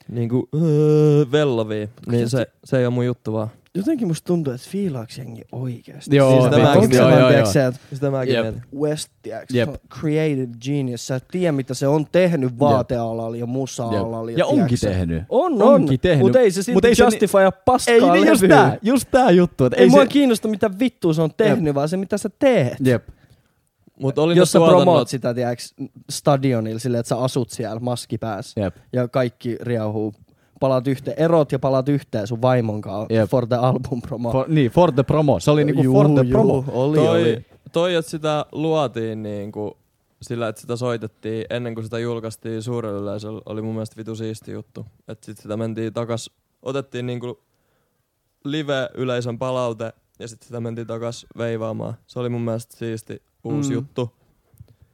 S1: niinku öö, vellovia. Niin se, se ei oo mun juttu vaan.
S5: Jotenkin musta tuntuu, että fiilaaks jengi oikeesti.
S3: Joo,
S1: Siis tämä-
S5: Onks se
S1: joo,
S5: vaan,
S3: joo,
S5: tiiäks,
S3: joo.
S5: se, että
S1: Sitä mäkin
S3: Jep.
S1: Jep. mietin.
S5: West, tiiäks,
S3: Jep.
S5: se on created genius. Sä et tiedä, mitä se on tehnyt vaatealalla ja musa-alalla.
S3: Ja, ja onkin
S5: tiiäks,
S3: tehnyt.
S5: On, on.
S3: Onkin tehnyt.
S5: Mutta ei se silti
S3: Mut ei
S5: ei
S3: se ni-
S5: justify ja paskaa
S3: Ei, niin just
S5: levyä.
S3: tää, just tää juttu. Että
S5: Ei, ei mua
S3: se...
S5: kiinnosta, mitä vittua se on tehnyt, vaan se, mitä sä teet.
S3: Jep.
S1: Mut oli
S5: Jos
S1: ne
S5: sä
S1: tuotannot,
S5: promoot sitä, tiiäks, stadionilla silleen, että sä asut siellä maski päässä
S3: Jep.
S5: ja kaikki riauhuu. Palaat yhteen, erot ja palaat yhteen sun vaimon kanssa
S3: Jep.
S5: for the album promo.
S3: For, niin, for the promo. Se oli niinku for the promo.
S5: Oli,
S1: toi,
S5: oli.
S1: toi, että sitä luotiin niinku sillä, että sitä soitettiin ennen kuin sitä julkaistiin suurelle yleisölle, oli mun mielestä vitu siisti juttu. Että sit sitä mentiin takas, otettiin niinku live-yleisön palaute ja sitten sitä mentiin takas veivaamaan. Se oli mun mielestä siisti uusi mm.
S5: Mm.
S1: juttu.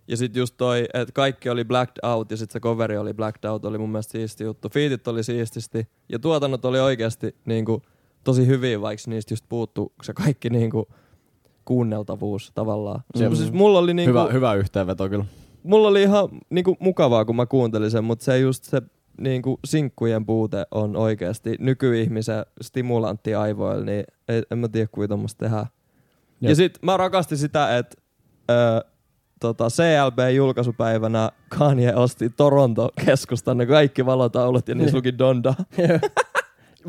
S1: Ja sit just toi, että kaikki oli blacked out ja sit se coveri oli blacked out, oli mun mielestä siisti juttu. Fiitit oli siististi ja tuotannot oli oikeasti niinku tosi hyviä, vaikka niistä just puuttuu se kaikki niinku kuunneltavuus tavallaan.
S3: Jep.
S1: Mm. Siis mulla oli niinku,
S3: Hyvä, hyvä yhteenveto kyllä.
S1: mulla oli ihan niinku mukavaa, kun mä kuuntelin sen, mutta se just se niinku sinkkujen puute on oikeasti nykyihmisen stimulantti aivoille, niin ei, en mä tiedä, kuinka tuommoista tehdään.
S3: Jep.
S1: Ja sit mä rakastin sitä, että ö, tota, CLB-julkaisupäivänä Kanye osti Toronto-keskustan ne kaikki valotaulut ja niissä luki Donda.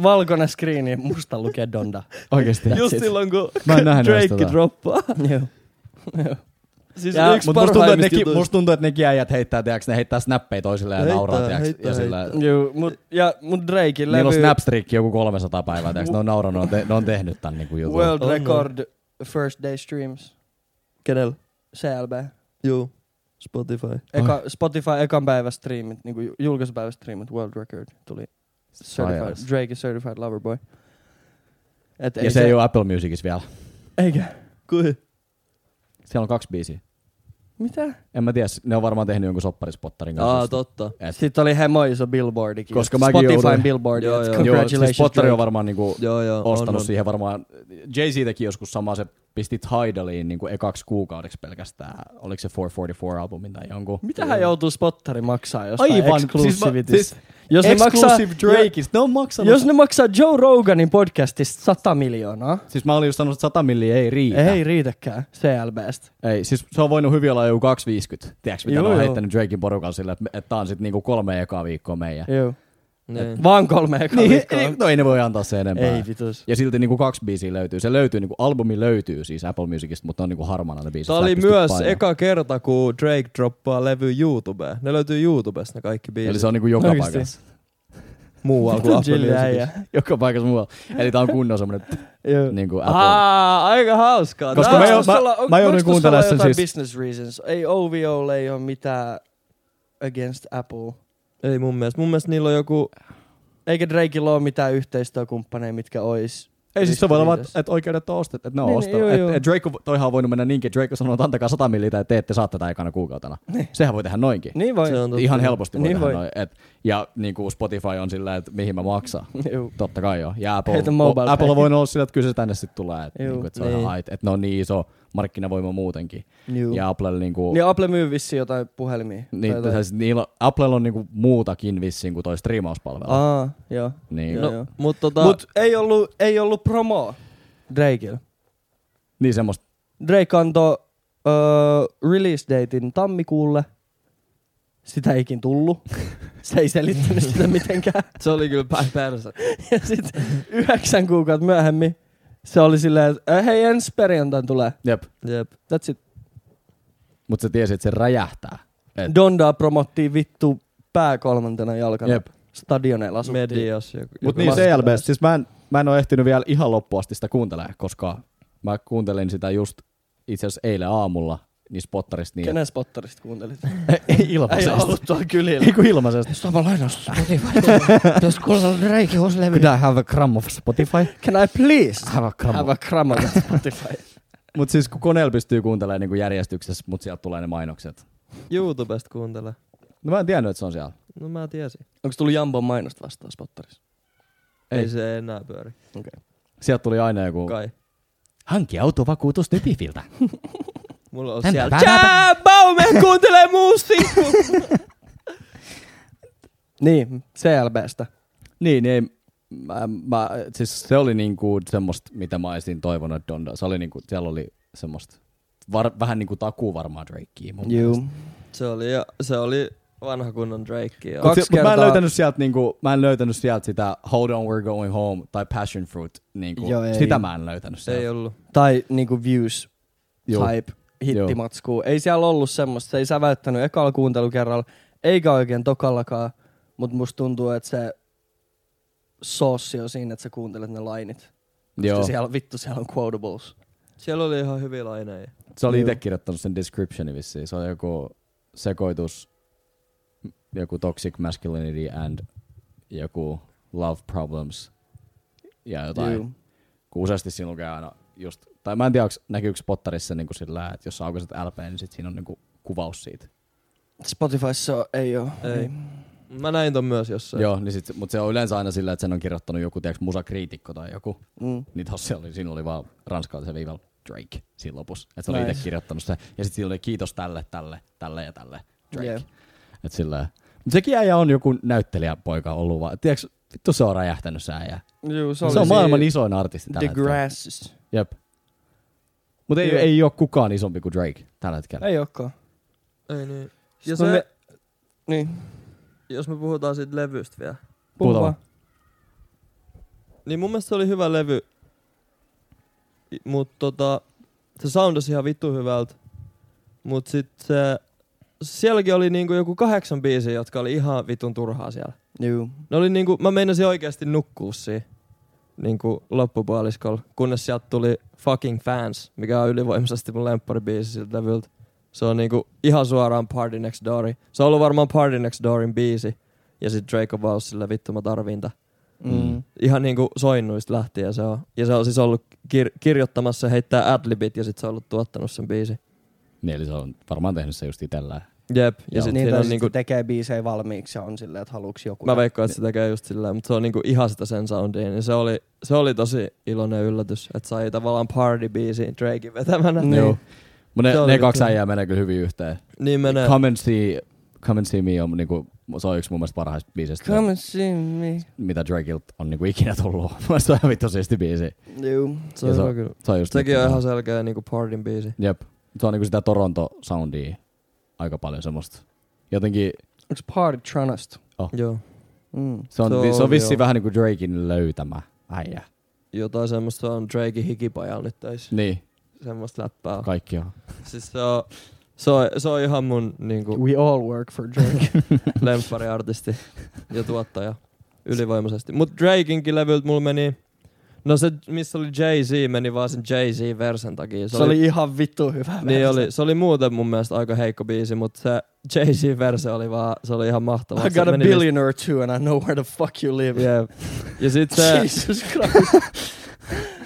S5: Valkoinen skriini, musta lukee Donda.
S3: Oikeesti.
S1: Just *laughs* silloin, kun
S3: Mä en nähnyt edes
S1: Drake
S3: tota.
S1: droppaa.
S5: *laughs* Joo.
S1: Siis
S5: Ja-
S1: yksi
S3: Mut musta tuntuu, että
S1: parhaimmista
S3: nekin,
S1: jutuista.
S3: musta tuntuu, että nekin äijät heittää, tiiäks, ne heittää snappeja toisilleen ja
S1: Heittää,
S3: nauraa, tiiäks.
S1: heittää,
S3: Ja sillä,
S5: Joo, mut, ja mut Drakein
S3: niillä on
S5: levy
S3: snapstreakki joku 300 päivää, tiiäks. Ne on nauranut, ne on te- ne on tehnyt tän niinku jutun.
S5: World
S1: On, on.
S5: Record First Day Streams,
S1: Kenellä?
S5: CLB.
S1: Juu, Spotify.
S5: Eka, Spotify ekan päivä striimit, niinku ju- julkaisupäivä striimit, World Record tuli. Certified,
S3: Sairas.
S5: Drake is Certified Lover Boy. Et
S3: Ja se ei oo Apple Musicissa vielä.
S5: Eikä.
S1: Kui?
S3: Siellä on kaksi biisiä.
S5: Mitä?
S3: En mä tiedä, ne on varmaan tehnyt jonkun sopparispotterin kanssa.
S1: Aa,
S3: just.
S1: totta.
S3: Et-
S5: Sitten oli hemo iso billboardikin.
S3: No, siis- Koska
S5: Et
S3: mäkin jouduin-
S5: Spotifyn billboardi.
S1: Joo,
S5: et
S1: joo.
S3: Joo, siis
S5: Congratulations
S3: spotteri on
S5: Drake.
S3: varmaan niinku
S1: Joo, joo.
S3: ostanut
S1: on, on.
S3: siihen varmaan. Jay-Z teki joskus sama, se pisti Tidaliin niinku ekaksi kuukaudeksi pelkästään. Oliko se 444-albumin tai jonkun?
S5: Mitä hän joutuu spottari maksaa jostain
S3: Aivan.
S5: exclusivitista?
S3: Siis, mä-
S5: jos, ne maksaa,
S3: Exclusive Drakeista, ne on maksanut.
S5: jos ne maksaa Joe Roganin podcastista 100 miljoonaa,
S3: Siis mä olin just sanonut, että 100 milliä ei riitä.
S5: ei riitäkään CLBstä.
S3: Ei, siis se on voinut hyvin olla joku 250. Tiedätkö, mitä ne
S5: Joo,
S3: on
S5: joo.
S3: heittänyt Drakein porukalla sillä, että, että tää on sitten niinku kolme ekaa viikkoa meidän.
S5: Joo.
S1: Niin.
S5: Vaan kolme ekaa
S3: Niin,
S5: viikkoa.
S3: ei, no ei ne voi antaa se enempää.
S5: Ei vitus.
S3: Ja silti niinku kaksi biisiä löytyy. Se löytyy, niinku albumi löytyy siis Apple Musicista, mutta ne on niinku harmana ne biisit.
S1: Tämä
S3: sä et
S1: oli
S3: pysty
S1: myös
S3: painaa.
S1: eka kerta, kun Drake droppaa levy YouTubeen. Ne löytyy YouTubesta ne kaikki biisit.
S3: Eli se on niinku joka
S5: Oikeesti.
S3: paikassa.
S1: muualla kuin
S5: Vitun
S1: Apple
S5: chilli äijä.
S1: Musicissa.
S3: *laughs* Joka paikassa muualla. Eli tää on kunnon semmonen
S5: *laughs* Joo.
S3: niinku Apple.
S1: Aa, aika hauskaa.
S3: Koska
S1: Tää
S3: mä
S1: on-
S3: joudun- mä joudun kuuntelemaan sen
S5: siis.
S3: siis-
S5: business reasons? Ei OVOlle ei ole mitään against Apple.
S1: Ei mun mielestä. Mun mielestä niillä on joku...
S5: Eikä Drakeilla ole mitään yhteistyökumppaneja, mitkä ois.
S3: Ei siis se voi olla vaan,
S5: ristiriidassa.
S3: että oikeudet on ostettu, että ne on
S5: Niin,
S3: ostanut.
S5: joo,
S3: Et-
S5: joo.
S3: et Drake, toihan on voinut mennä niinkin, että Drake on sanonut, että antakaa 100 milliä tai te ette saa tätä ekana kuukautena. Sehän voi tehdä noinkin.
S5: Niin voi.
S1: Se on totta.
S3: Ihan helposti voi
S5: Niin
S3: tehdä
S5: voi.
S3: noin. Et, ja niin kuin Spotify on sillä, että mihin mä maksan.
S5: Juu.
S3: Totta kai joo. Ja Apple,
S5: Heitä mobile
S3: o- Apple
S5: pay.
S3: on voinut olla sillä, että kyllä se tänne sitten tulee. Että
S5: Juu,
S3: niinku, et se on ihan hait. Että ne on niin iso markkinavoima muutenkin.
S5: Juu.
S3: Ja Applelle niinku,
S5: Niin Apple myy vissiin jotain puhelimia.
S3: niin,
S5: Tai jotain.
S3: siis niillä, Applella on niinku muutakin vissiin kuin toi striimauspalvelu.
S5: Aa, joo.
S3: niin,
S5: joo,
S1: No,
S5: joo.
S1: mut tota...
S5: Mut ei ollut, ei ollut promoa Drakeilla.
S3: niin semmoista.
S5: Drake antoi öö, release datein tammikuulle. Sitä ei ikin
S3: *laughs*
S5: tullut. Se ei selittänyt sitä mitenkään. *laughs*
S1: se oli kyllä päin persä.
S5: Ja sitten yhdeksän kuukautta myöhemmin se oli silleen, että "Ö, hei ensi perjantain tulee.
S3: Jep.
S1: Jep.
S5: That's it.
S3: Mutta se tiesi, että se räjähtää. Et,
S5: Dondaa promottiin vittu pääkolmantena jalkana.
S3: jep.
S5: Stadioneilla asuttiin.
S1: Medias. Joku,
S3: Mut
S1: joku
S3: niin
S1: vasta-
S3: CLB, siis mä en, mä en ole ehtinyt vielä ihan loppuun asti sitä kuuntelemaan, koska mä kuuntelin sitä just itse asiassa eilen aamulla, niin spottarista niin.
S5: Kenen spotterista kuuntelit?
S3: Ei ilmaisesta.
S5: tuolla kylillä.
S3: Ei kun ilmaisesta.
S6: Sama lainaus Spotify.
S3: *laughs*
S6: Jos kuulla Drake uusi levy.
S3: Could I have a gram of Spotify?
S5: Can I please
S3: Have a gram
S5: have a gram on
S3: *laughs*
S5: Spotify?
S3: Mut siis kun koneella pystyy kuuntelemaan niin kuin järjestyksessä, mut sieltä tulee ne mainokset.
S1: YouTubesta kuuntele.
S3: No mä en tiennyt, että se on siellä.
S1: No mä tiesin.
S5: Onko tullut Jambon mainosta vastaan spotterissa?
S1: Ei,
S3: Ei.
S1: Ei se enää pyöri.
S3: Sieltä tuli aina joku,
S1: Kai.
S3: hanki autovakuutus Nypifiltä.
S1: Mulla on
S6: Tän
S1: siellä.
S6: päivän-
S1: Tjää, Baume kuuntelee muusti!
S3: *laughs*
S5: Niin, CLBstä.
S3: *laughs* Niin, niin ei, mä, mä, siis se oli niinku semmoista, mitä mä olisin toivonut että Donda. Se oli niinku, siellä oli semmoista, var, vähän niinku takuu varmaan Drakea mun mielestä.
S1: se, oli, jo- se oli vanha kunnon Drake. joo.
S3: Mut se-
S5: Kaksi
S3: mut mä en
S5: kertaa-
S3: löytänyt sieltä niinku, mä en löytänyt sieltä sitä Hold on we're going home tai Passion Fruit. Niinku,
S5: Joo, ei.
S3: sitä mä en löytänyt
S1: Se ei
S3: sieltä.
S1: ollut.
S5: Tai niinku views
S3: Joo.
S5: type hittimatskuu. Ei siellä ollut semmoista, se ei säväyttänyt ekalla kuuntelukerralla, eikä oikein tokallakaan, mutta musta tuntuu, että se sossi on siinä, että sä kuuntelet ne lainit. Joo.
S3: Joo.
S5: Siellä, vittu, siellä on quotables.
S1: Siellä oli ihan hyviä laineja.
S3: Se oli itse
S5: Joo.
S3: kirjoittanut sen descriptionin vissiin. Se on joku sekoitus, joku toxic masculinity and joku love problems ja jotain.
S5: Juu.
S3: Kun useasti siinä lukee aina just, tai mä en tiedä, onks- näkyykö spotterissa niin sillä, että jos sä aukaset LP, niin sit siinä on niin kuin kuvaus siitä.
S5: Spotifyssa ei oo.
S1: Ei. Mä näin ton myös
S3: Se.
S1: jossain.
S3: Joo, niin sit, mutta se on yleensä aina sillä, että sen on kirjoittanut joku, tiedätkö, musakriitikko tai joku.
S5: Mm.
S3: Niin tossa oli, siinä oli vaan ranskalaisen viivalla Drake siinä lopussa. Että se oli
S5: Nice.
S3: itse kirjoittanut sen. Ja sitten siinä oli kiitos tälle, tälle, tälle ja tälle Drake.
S5: Yeah.
S3: Yeah. Et sillä, mut sekin äijä on joku näyttelijäpoika ollut vaan. Tiedätkö, vittu se on räjähtänyt se äijä.
S5: Juu,
S3: Se, se on maailman isoin artisti tällä
S5: The
S3: hetkellä.
S5: Grasses.
S3: Jep. Mutta ei,
S5: Joo.
S3: ei ole kukaan isompi kuin Drake tällä hetkellä.
S5: Ei ookaan.
S1: Ei niin.
S5: Ja
S1: Ja
S5: se...
S1: se-
S5: Me... Niin,
S1: Jos me puhutaan siitä levystä vielä.
S3: Puhutaan
S5: puhutaan.
S1: Niin mun mielestä se oli hyvä levy. I- Mut tota, se soundasi ihan vittu hyvältä. Mut sit se, sielläkin oli niinku joku kahdeksan biisiä, jotka oli ihan vitun turhaa siellä.
S5: Juu.
S1: Ne oli niinku, mä meinasin oikeasti nukkua siinä niinku loppupuoliskolla, kunnes sieltä tuli Fucking Fans, mikä on ylivoimaisesti mun lempparibiisi siltä levyltä. Se on niinku ihan suoraan Party Next Doori. Se on ollut varmaan Party Next Doorin biisi. Ja sit Draco Vowles sillä vittu mä tarvinta
S5: Mm.
S1: ihan niinku soinnuista lähtien se on. Ja se on siis ollut kir- kirjoittamassa heittää adlibit ja sit se on ollut tuottanut sen biisi.
S3: Niin, eli se on varmaan tehnyt se just itellään.
S1: Jep. Ja
S3: Joo.
S1: sit
S5: niin,
S1: siinä
S5: tai
S1: on
S5: sit
S1: niinku,
S5: kun tekee biisejä valmiiksi ja on silleen, että haluuks joku.
S1: mä veikkaan, että se tekee just sillä mutta se on niinku ihan sitä sen soundia. Niin se oli, se oli tosi iloinen yllätys, että sai tavallaan party biisiin Drakein vetämänä.
S5: Niin.
S3: Joo. Mut ne,
S1: Se oli
S3: ne kaksi
S1: kyllä.
S3: äijää menee kyllä hyvin yhteen.
S1: Niin menee.
S3: Come and see, come and see me on niinku, se on yksi mun mielestä parhaista biisistä,
S5: Come and see me.
S3: mitä Drakeilta on niinku ikinä tullut. *laughs* Mun mielestä se on ihan vittu siisti biisi.
S5: Juu.
S1: se on
S3: se-
S1: hyvä kyllä.
S3: Se on just
S1: Sekin on
S3: niinku-
S1: ihan selkeä niinku partyn biisi.
S3: Jep. Se on niinku sitä Toronto-soundia aika paljon semmoista. Jotenkin,
S5: Onks Party Tranast?
S1: Joo.
S2: Mm.
S3: Se on,
S1: Se
S3: se on, se
S1: on
S3: on vissiin
S1: joo.
S3: vähän niin kuin Drakein löytämä äijä.
S1: Jotain semmoista on Drakein hikipajalla nyt täys.
S3: Niin,
S1: Semmoista läppää on.
S3: kaikki on.
S1: Siis se on, se on, se on ihan mun niinku,
S5: We all work for Drake.
S1: *laughs* lemppariartisti ja tuottaja ylivoimaisesti. Mut Drakeinkin levyltä mulla meni, no se missä oli Jay-Z meni vaan sen Jay-Z-versen takia.
S5: se oli ihan vittu hyvä.
S1: Niin
S5: versi.
S1: oli, se oli muuten mun mielestä aika heikko biisi, mutta se Jay-Z-verse oli vaan, se oli ihan mahtava.
S5: I
S1: Se
S5: got a
S1: meni
S5: billionaire too and I know where the fuck you
S1: just-
S5: live.
S1: Jep. Ja sit se,
S5: Jesus *laughs* Christ.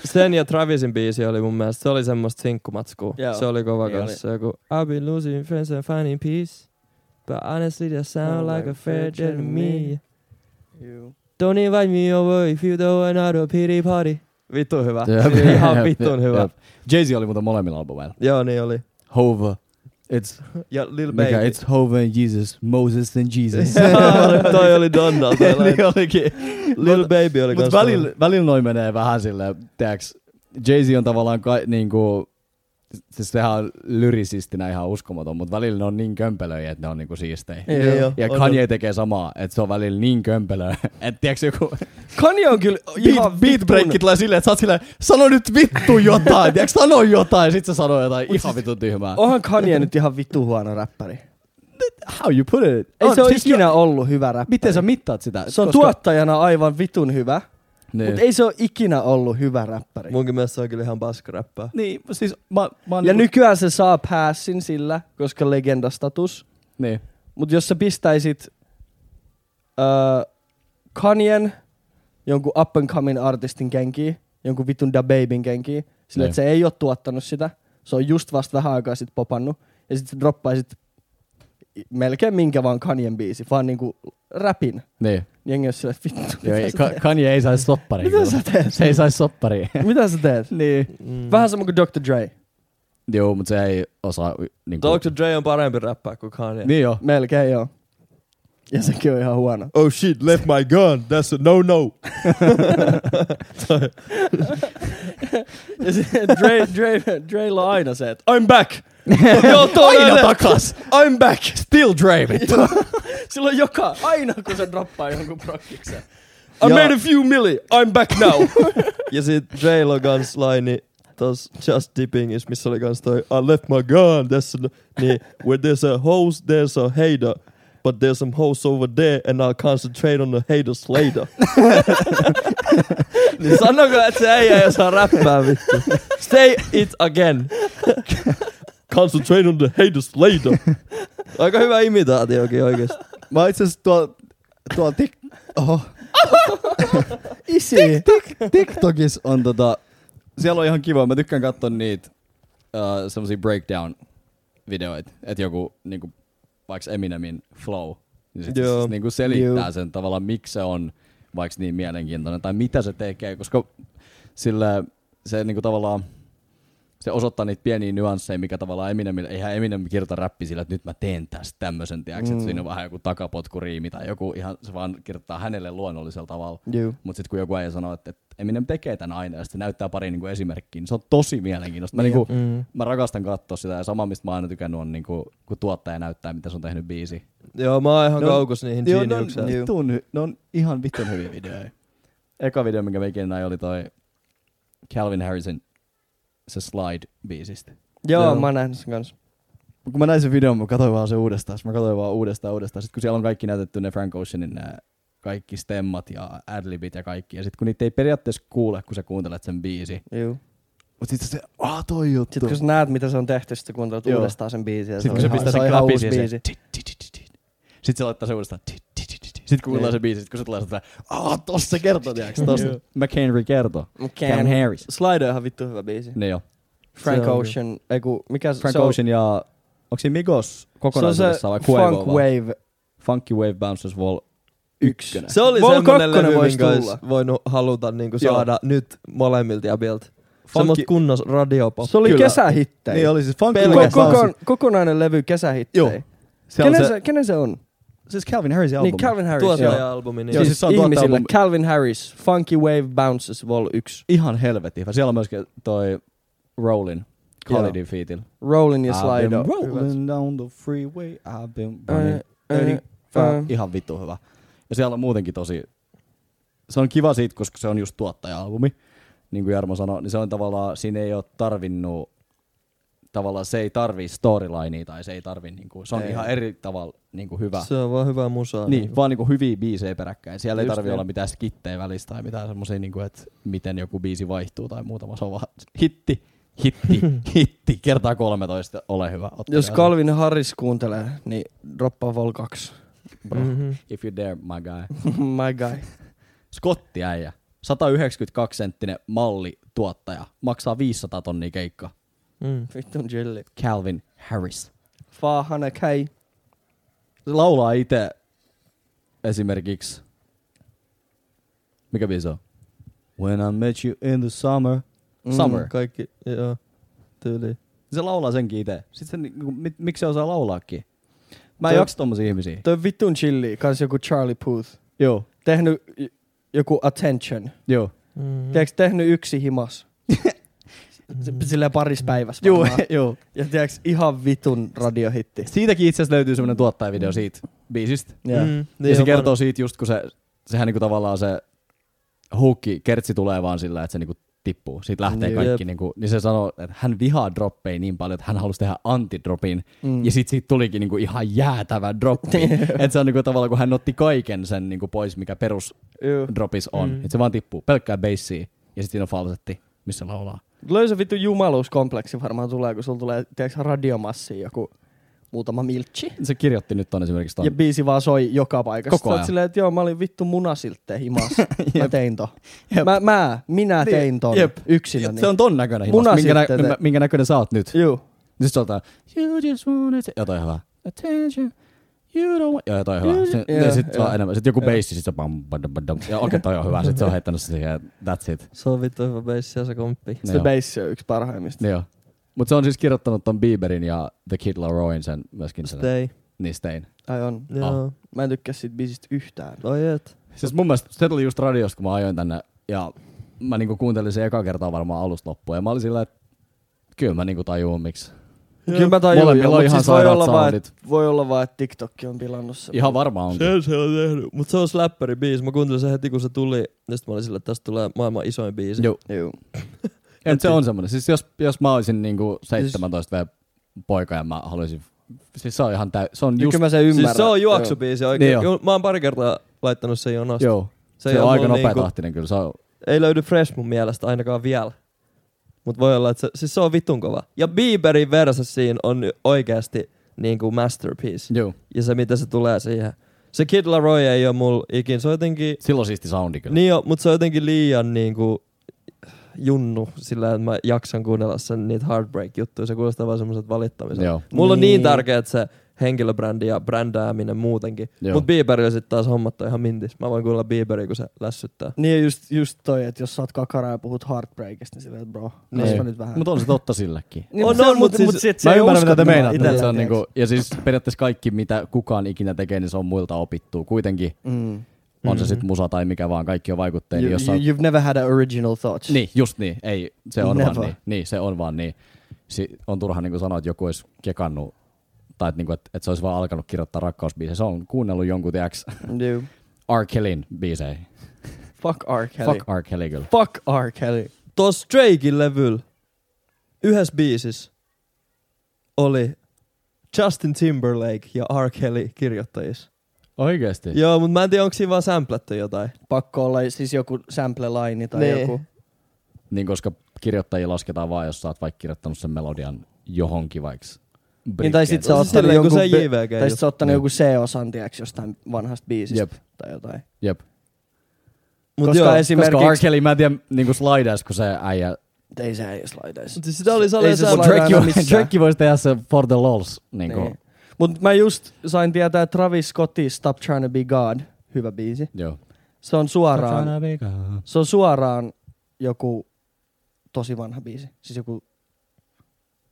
S1: sen ja Travisin biisi oli mun mielestä, se oli semmoista sinkkumatskua.
S5: Joo.
S1: Se oli kova
S5: Niin
S1: kanssa. Se Joku, I've been losing friends and finding peace, but honestly they sound like a fair to me. Don't invite me over if you don't want out of pity party. Vittu hyvä. *laughs* Ihan vittun hyvä.
S3: Jay-Z oli muuten molemmilla albumeilla.
S1: Joo, niin oli.
S3: Hova. It's,
S1: Ja Lil
S3: mikä,
S1: Baby.
S3: it's Hova and Jesus, Moses and Jesus.
S1: *laughs* Toi
S3: *laughs*
S1: oli *laughs* Donald. toi oli-
S3: niin olikin.
S1: Lil Baby oli
S3: Mutta
S1: kans
S3: välillä, välillä noin menee vähän silleen, tiiäks, Jay-Z on tavallaan ka, niinku, siis sehän on lyrisistinä ihan uskomaton, mutta välillä ne on niin kömpelöjä, että ne on niinku siistejä.
S1: kova. Niin joo,
S3: Ja
S1: on-
S3: Kanye tekee samaa, että se on välillä niin kömpelöä, *laughs* että tiiäks joku
S2: Kanye on kyllä ihan
S3: beat, beat breakki tulee silleen, että sä oot silleen, sano nyt vittu jotain, tiiäks, sano jotain, ja sit se sanoo jotain ihan vittu tyhmää.
S5: Onhan Kanye nyt ihan vittu huono räppäri.
S3: How you put it?
S5: Ei
S3: On,
S5: se ole
S3: siis
S5: ikinä
S3: jo-
S5: ollut hyvä räppäri.
S3: Miten sä mittaat sitä?
S5: Se on
S3: Koska-
S5: tuottajana aivan vitun hyvä,
S3: Niin.
S5: mutta ei se ole ikinä ollut hyvä räppäri.
S1: Munkin mielestä se on kyllä ihan paskaräppää.
S3: Niin, siis mä, mä oon
S5: Ja
S3: niinku-
S5: nykyään se saa passin sillä, koska legendastatus.
S3: Niin.
S5: Mutta jos sä pistäisit öö, Kanyen, jonkun up and coming artistin kenkiin, jonkun vitun Da Babyn kenkiin, sillä
S3: Niin.
S5: että se ei ole tuottanut sitä, se on just vasta vähän aikaa sitten popannut, ja sitten sä droppaisit i- melkein minkä vaan Kanyen biisi, vaan niinku räpin.
S3: Niin.
S5: Jengi on sillä, että vittu,
S3: Joo, ei,
S5: mitä, sä
S3: Ka- Kanye ei saisi sopparia.
S5: Mitä sä teet?
S3: Se ei saisi *laughs* sopparia.
S5: teet? mitä sä teet? Niin.
S1: Mm.
S5: Vähän sama kuin Dr. Dre,
S3: Joo, mutta se ei osaa... Niin
S1: Dr. Dre on parempi räppää kuin
S3: *laughs*
S1: Kanye.
S3: Niin joo.
S5: melkein joo. Ja sekin on ihan huono.
S1: Oh shit, left my gun, that's a no-no.
S5: Ja se, Dre, Dre, Dreilla on aina se, että I'm back! Joo, toi
S3: Aina
S5: aina
S3: takas!
S5: I'm back!
S3: Still Dre,
S5: *laughs*
S3: vittu.
S5: Silloin joka, aina kun se droppaa jonkun prokkiksen.
S1: Ja-
S5: I made a few milli, I'm back
S3: *laughs*
S5: now!
S1: ja sit Dre on kans laini tos Just Dippingis, missä oli kans toi I left my gun, that's a no... Niin, where there's a host, there's a hater. But there's some hoes over there and I'll concentrate on the haters
S3: *laughs*
S1: later. niin sanoko, että se äijä ei osaa räppää vittu. Stay it again. concentrate on the haters
S3: *laughs*
S1: later. Aika hyvä imitaatiokin oikeesti.
S3: Mä itse asiassa tuolla tuo tik, oho,
S5: *laughs* Isi!
S3: TikTokissa on tota... Siellä on ihan kiva. Mä tykkään katsoa niitä uh, semmosia breakdown-videoita. Että joku niinku, vaikka Eminemin flow. Niin sit
S1: Joo.
S3: joo. niinku selittää
S5: Joo.
S3: sen tavallaan, miksi se on vaikka niin mielenkiintoinen. Tai mitä se tekee. Koska sillä se niinku tavallaan se osoittaa niitä pieniä nyansseja, mikä tavallaan Eminemillä, eihän Eminem kirjoita räppi sillä, että nyt mä teen tästä tämmöisen, tiiäks, mm. että siinä on vähän joku takapotkuriimi tai joku ihan, se vaan kirjoittaa hänelle luonnollisella tavalla.
S5: Juu.
S3: Mutta sitten kun joku ei sanoo, että, että Eminem tekee tämän aina ja sitten näyttää pari niinku esimerkkiä, niin se on tosi mielenkiintoista. Mä, niinku,
S1: Mm.
S3: mä rakastan katsoa sitä ja sama, mistä mä oon aina tykännyt on, niinku, kun tuottaja näyttää, mitä se on tehnyt biisi.
S1: Joo, mä oon ihan
S3: No,
S1: kaukus niihin
S3: ne on,
S1: geniukseen.
S3: vittun, hy- ne on ihan vittun hyviä videoja. *laughs* Eka video, minkä mä ikinä näin, oli toi Calvin Harrison, se Slide-biisistä.
S5: Joo,
S1: Joo.
S5: mä oon nähnyt sen kanssa.
S3: Kun mä näin sen videon, mä katsoin vaan se uudestaan. Sitten mä katsoin vaan uudestaan uudestaan. Sitten kun siellä on kaikki näytetty ne Frank Oceanin ne kaikki stemmat ja adlibit ja kaikki. Ja sitten kun niitä ei periaatteessa kuule, kun sä kuuntelet sen biisi.
S5: Juu.
S3: Mut sitten se, aah toi juttu.
S5: Sitten kun sä näet, mitä se on tehty, sitten kuuntelet
S3: Joo.
S5: uudestaan sen biisin. ja
S3: Sitten kun
S5: on
S3: se
S5: ihan-
S3: pistää
S5: se
S3: sen
S5: on ihan
S3: klapin
S5: uusi
S3: siihen,
S5: biisi.
S3: se tit, tit, tit, tit. Sitten se laittaa se uudestaan. tit, tit, tit, tit. Sitten kun kuullaan
S5: Niin.
S3: se biisi, sit kun se tulee sitä, aah tossa se kertoo, tiiäks. Tossa McHenry kertoo. Calvin
S5: Can-
S3: Harris.
S5: Slide on ihan vittu hyvä biisi.
S3: Ne joo.
S5: Frank
S1: Se on-
S5: Ocean, ei ku, mikä se
S3: Frank
S5: se on?
S3: Ocean ja, onks siinä Migos
S5: Se on se
S3: kokonaisuudessaan vai Quavo
S5: Funk
S3: vaan?
S5: Wave
S3: Funky Wave Bounces Wall ykkönen.
S1: Se oli
S5: Vol
S1: semmonen
S5: kakkonen
S1: levy,
S5: voisi
S1: minkä olisi
S5: tulla.
S1: voinut haluta niin kuin
S3: Joo.
S1: saada nyt molemmilta jäbiltä. Semmosta kunnos radiopop.
S5: Se oli
S3: Oh, Kyllä.
S5: kesähittejä.
S3: Niin oli siis Funky
S5: Ko-
S1: pelkästään.
S5: kokon, kokonainen levy kesähittejä.
S3: Joo. Se on
S5: Kenen
S3: se,
S5: se, kenen se on?
S3: siis Calvin Harrisin albumi.
S5: Niin Calvin Harris. joo.
S1: Tuottaja-albumi. Niin.
S3: Joo, siis
S5: Siis, siis
S3: se on
S5: ihmisillä.
S3: tuottaja-albumi.
S5: Calvin Harris, Funky Wave Bounces Vol 1.
S3: Ihan helvetin hyvä. Siellä on myöskin toi Rollin, Khalidin featil.
S5: Rollin ja Niin Slide on Eh, hyvät.
S3: rolling down the freeway, I've been running.
S5: Äh, äh,
S3: Tää on
S5: äh.
S3: Ihan vittu hyvä. Ja siellä on muutenkin tosi, se on kiva siitä, koska se on just tuottaja-albumi, niin kuin Jarmo sanoi, niin se on tavallaan, siinä ei ole tarvinnut, tavallaan se ei tarvii storylinea tai se ei tarvii, niin kuin, se on ei. ihan eri tavalla niin kuin hyvä.
S1: Se on vaan hyvää musaa.
S3: Niin, vaan niinku hyviä biisejä peräkkäin. Siellä ei
S1: Just
S3: tarvi
S1: niin.
S3: olla mitään skittejä välissä tai mitään semmoisia, niinku, että miten joku biisi vaihtuu tai muutama. Se on vaan hitti, hitti, hitti, kertaa 13, ole hyvä. ottakaa
S5: Jos
S3: se.
S5: Calvin Harris kuuntelee, niin droppaa Vol 2.
S1: Mm-hmm.
S3: If you dare, my guy.
S5: *laughs* My guy.
S3: Skotti äijä. 192 senttinen malli tuottaja. Maksaa 500 tonnia keikka.
S1: Mm.
S5: *laughs* Vittun chilli.
S3: Calvin Harris.
S5: Faahana käy.
S3: Se laulaa itse esimerkiksi. Mikä biisi on? When I met you in the summer. Summer.
S1: Kaikki, joo. Tyyli.
S3: Se laulaa senkin itse. Sitten se, niinku, mit, miksi se osaa laulaakin? Mä en
S5: Toi-
S3: jaksa tommosia ihmisiä.
S5: Toi on vittun chilli, kans joku Charlie Puth.
S3: Joo,
S5: Tehnyt j- joku Attention.
S3: joo.
S1: Mm-hmm.
S5: Tiedätkö, tehnyt yksi himas.
S3: Mm.
S5: S- Silleen parissa päivässä
S3: Joo,
S5: varmaan.
S3: *laughs* joo.
S5: Ja tiedätkö, ihan vitun radiohitti.
S3: Siitäkin itse asiassa löytyy semmoinen tuottajavideo siitä biisistä.
S5: Yeah. Mm.
S1: Niin
S3: Ja, ja se
S1: on
S3: kertoo
S1: varmaan.
S3: siitä just, kun se, sehän niinku tavallaan se hukki, kertsi tulee vaan sillä, että se niinku tippuu. Siitä lähtee
S1: Jep.
S3: kaikki. Niinku, niin se sanoo, että hän vihaa droppeja niin paljon, että hän halusi tehdä antidropin.
S5: Mm.
S3: Ja sit siitä tulikin niinku ihan jäätävä droppi. että se on niinku tavallaan, kun hän otti kaiken sen niinku pois, mikä perus
S5: *laughs* Joo.
S3: dropis on. Mm.
S1: Mm.
S3: Että se vaan tippuu pelkkää bassia ja sitten siinä on falsetti, missä laulaa.
S5: Löysä vittu jumaluuskompleksi varmaan tulee, kun sulla tulee, tiedätkö, radiomassi joku muutama miltsi.
S3: Se kirjoitti nyt on esimerkiksi ton.
S5: Ja biisi vaan soi joka paikassa.
S3: Koko
S5: Sä oot
S3: ajan.
S5: silleen, että joo, mä olin vittu munasiltte
S3: *laughs*
S5: himas. mä tein ton. Mä, mä, minä tein ton
S3: Jep.
S5: yksinäni.
S3: Niin. Se on ton näköinen himas,
S5: Muna
S3: minkä, nä-
S5: sitten te-
S3: minkä näköinen sä oot nyt.
S5: Juu.
S3: Niin sit se alkaa, you just wanted to... Jotain hyvää. Attention. You don't want... Joo, jotain hyvää. Sitten
S5: Joo,
S3: yeah, sit
S5: joo.
S3: vaan enemmän. Sitten joku bassi, sit se bam, bam, bam, bam. Ja okei, okay, toi on hyvä. Sitten se on heittänyt se siihen, that's it.
S1: Se on vittu hyvä beissi ja se komppi.
S3: Niin
S5: Se
S3: joo.
S5: bass on yksi parhaimmista.
S3: Niin joo. Mut se on siis kirjoittanut ton Bieberin ja The Kid Laroin sen myöskin sen.
S1: Stay.
S3: Niin Stein.
S5: Ai on.
S1: Joo.
S5: Mä en tykkää siitä biisistä yhtään.
S1: Oi et.
S3: Siis mun mielestä se tuli just radiosta, kun mä ajoin tänne. Ja mä niinku kuuntelin sen eka kertaa varmaan alusta loppuun. Ja mä olin sillä, että kyllä mä niinku tajuun miksi.
S5: Kyllä mä tajun,
S3: Molemmilla
S5: joo,
S3: on
S5: mutta
S3: ihan
S5: siis voi
S3: sairaat
S5: olla, vaan,
S3: soundit.
S5: et, voi olla vaan, että TikTok on pilannut sen.
S3: Ihan varmaan onkin.
S1: Se se on tehnyt. Mut se on släppäri biisi. Mä kuuntelin sen heti kun se tuli. Ja sit mä olin sillä, että tästä tulee maailman isoin biisi.
S3: Joo.
S5: Juu.
S3: Et se on semmoinen. Siis jos, jos mä olisin niinku
S5: Siis-
S3: 17V-poika ja mä haluaisin... Siis se on ihan täy... Se on
S5: Just,
S3: just...
S5: Niin kyllä mä sen ymmärrän.
S1: Siis se on juoksubiisi
S3: Niin
S1: oikein.
S3: joo.
S1: Niin mä oon pari kertaa laittanut sen jonosta.
S3: Joo. Se,
S1: ei
S3: on
S1: ole
S3: aika
S1: mulla
S3: nopeatahtinen kyllä. Se on...
S1: niinku- ei löydy Fresh mun mielestä ainakaan vielä. Mut voi olla, että se, siis se on vitun kova. Ja Bieberin versus siinä on oikeasti niin kuin masterpiece.
S3: Joo.
S1: Ja se, miten se tulee siihen. Se Kid Laroi ei ole mulla ikin. Se on jotenkin...
S3: Silloin siisti soundi kyllä.
S1: Niin jo, mutta se on jotenkin liian niin kuin, junnu sillä, että mä jaksan kuunnella sen niitä heartbreak-juttuja. Se kuulostaa vaan semmoiset valittamiset.
S3: Joo.
S1: Mulla on niin
S5: Niin.
S1: tärkeää se henkilöbrändi ja brändääminen muutenkin.
S3: Joo.
S1: Mutta Bieberillä sitten taas hommat on ihan mintis. Mä voin kuulla Bieberia, kun se lässyttää.
S5: Niin ja just, just toi, että jos sä oot kakara ja puhut heartbreakista, niin silleen, että bro,
S1: Niin.
S5: kasva nyt vähän.
S3: Mutta on se totta sillekin.
S5: Niin,
S1: On,
S5: se-
S1: on, mut siis-
S5: mut sit se
S3: Mä
S5: ei
S3: ymmärrän, mitä
S5: usko
S3: te
S5: mua
S3: meinaatte. että
S5: itellään,
S3: Se on niinku,
S5: tiiäks.
S3: ja siis periaatteessa kaikki, mitä kukaan ikinä tekee, niin se on muilta opittua. Kuitenkin
S5: Mm.
S3: on se
S1: Mhm.
S3: sitten musa tai mikä vaan, kaikki on vaikutteita.
S5: You,
S3: niinku- Jos sä oot-
S5: you, you've never had an original thought.
S3: Niin, just niin. Ei, se on
S5: Never.
S3: vaan niin. niin. se on vaan niin. Si- on turha niin sanoa, että joku olisi kekannut, tai että, niin kuin, että, että se olisi vaan alkanut kirjoittaa rakkausbiisejä. Se on kuunnellut jonkun, tiiäks,
S5: Juu.
S3: R. Kellyn biisejä.
S5: Fuck R. Kelly.
S3: Fuck R. Kelly kyllä.
S5: Fuck R. Kelly.
S1: Tos Drakein levyllä yhdessä biisissä oli Justin Timberlake ja R. Kelly kirjoittajissa.
S3: Oikeesti?
S5: Niin.
S1: Joo, mutta mä en tiedä, onko siinä vaan samplätty jotain.
S5: Pakko olla siis joku sample line tai
S1: Niin.
S5: joku.
S3: Niin, koska kirjoittajia lasketaan vaan, jos sä oot vaikka kirjoittanut sen melodian johonkin vaikka.
S5: Niin, tai sit sä oot
S1: Se silleen,
S5: ottanut
S1: kun
S5: jonkun,
S1: se
S5: bi-
S1: JVG
S5: tai sit sä oot ottanut
S3: Niin.
S5: joku C-osan, tiiäks, jostain vanhasta biisistä
S3: Jep.
S5: tai jotain.
S3: Jep.
S1: Mut
S5: koska
S1: joo,
S5: esimerkiksi...
S3: Koska R. Kelly, mä en tiedä, niin kuin slides, kun se äijä...
S5: Ei se ei slaidaisi.
S1: mut siis sitä oli
S5: Ei se
S1: sellainen
S5: Slides
S3: Drake, *laughs*
S5: aina missään.
S3: Drake voisi tehdä se for the lols. Niin kuin.
S5: Niin. Mut mä just sain tietää Travis Scottin Stop Trying to Be God, hyvä biisi.
S3: Joo.
S5: Se on suoraan, se on suoraan joku tosi vanha biisi. Siis joku,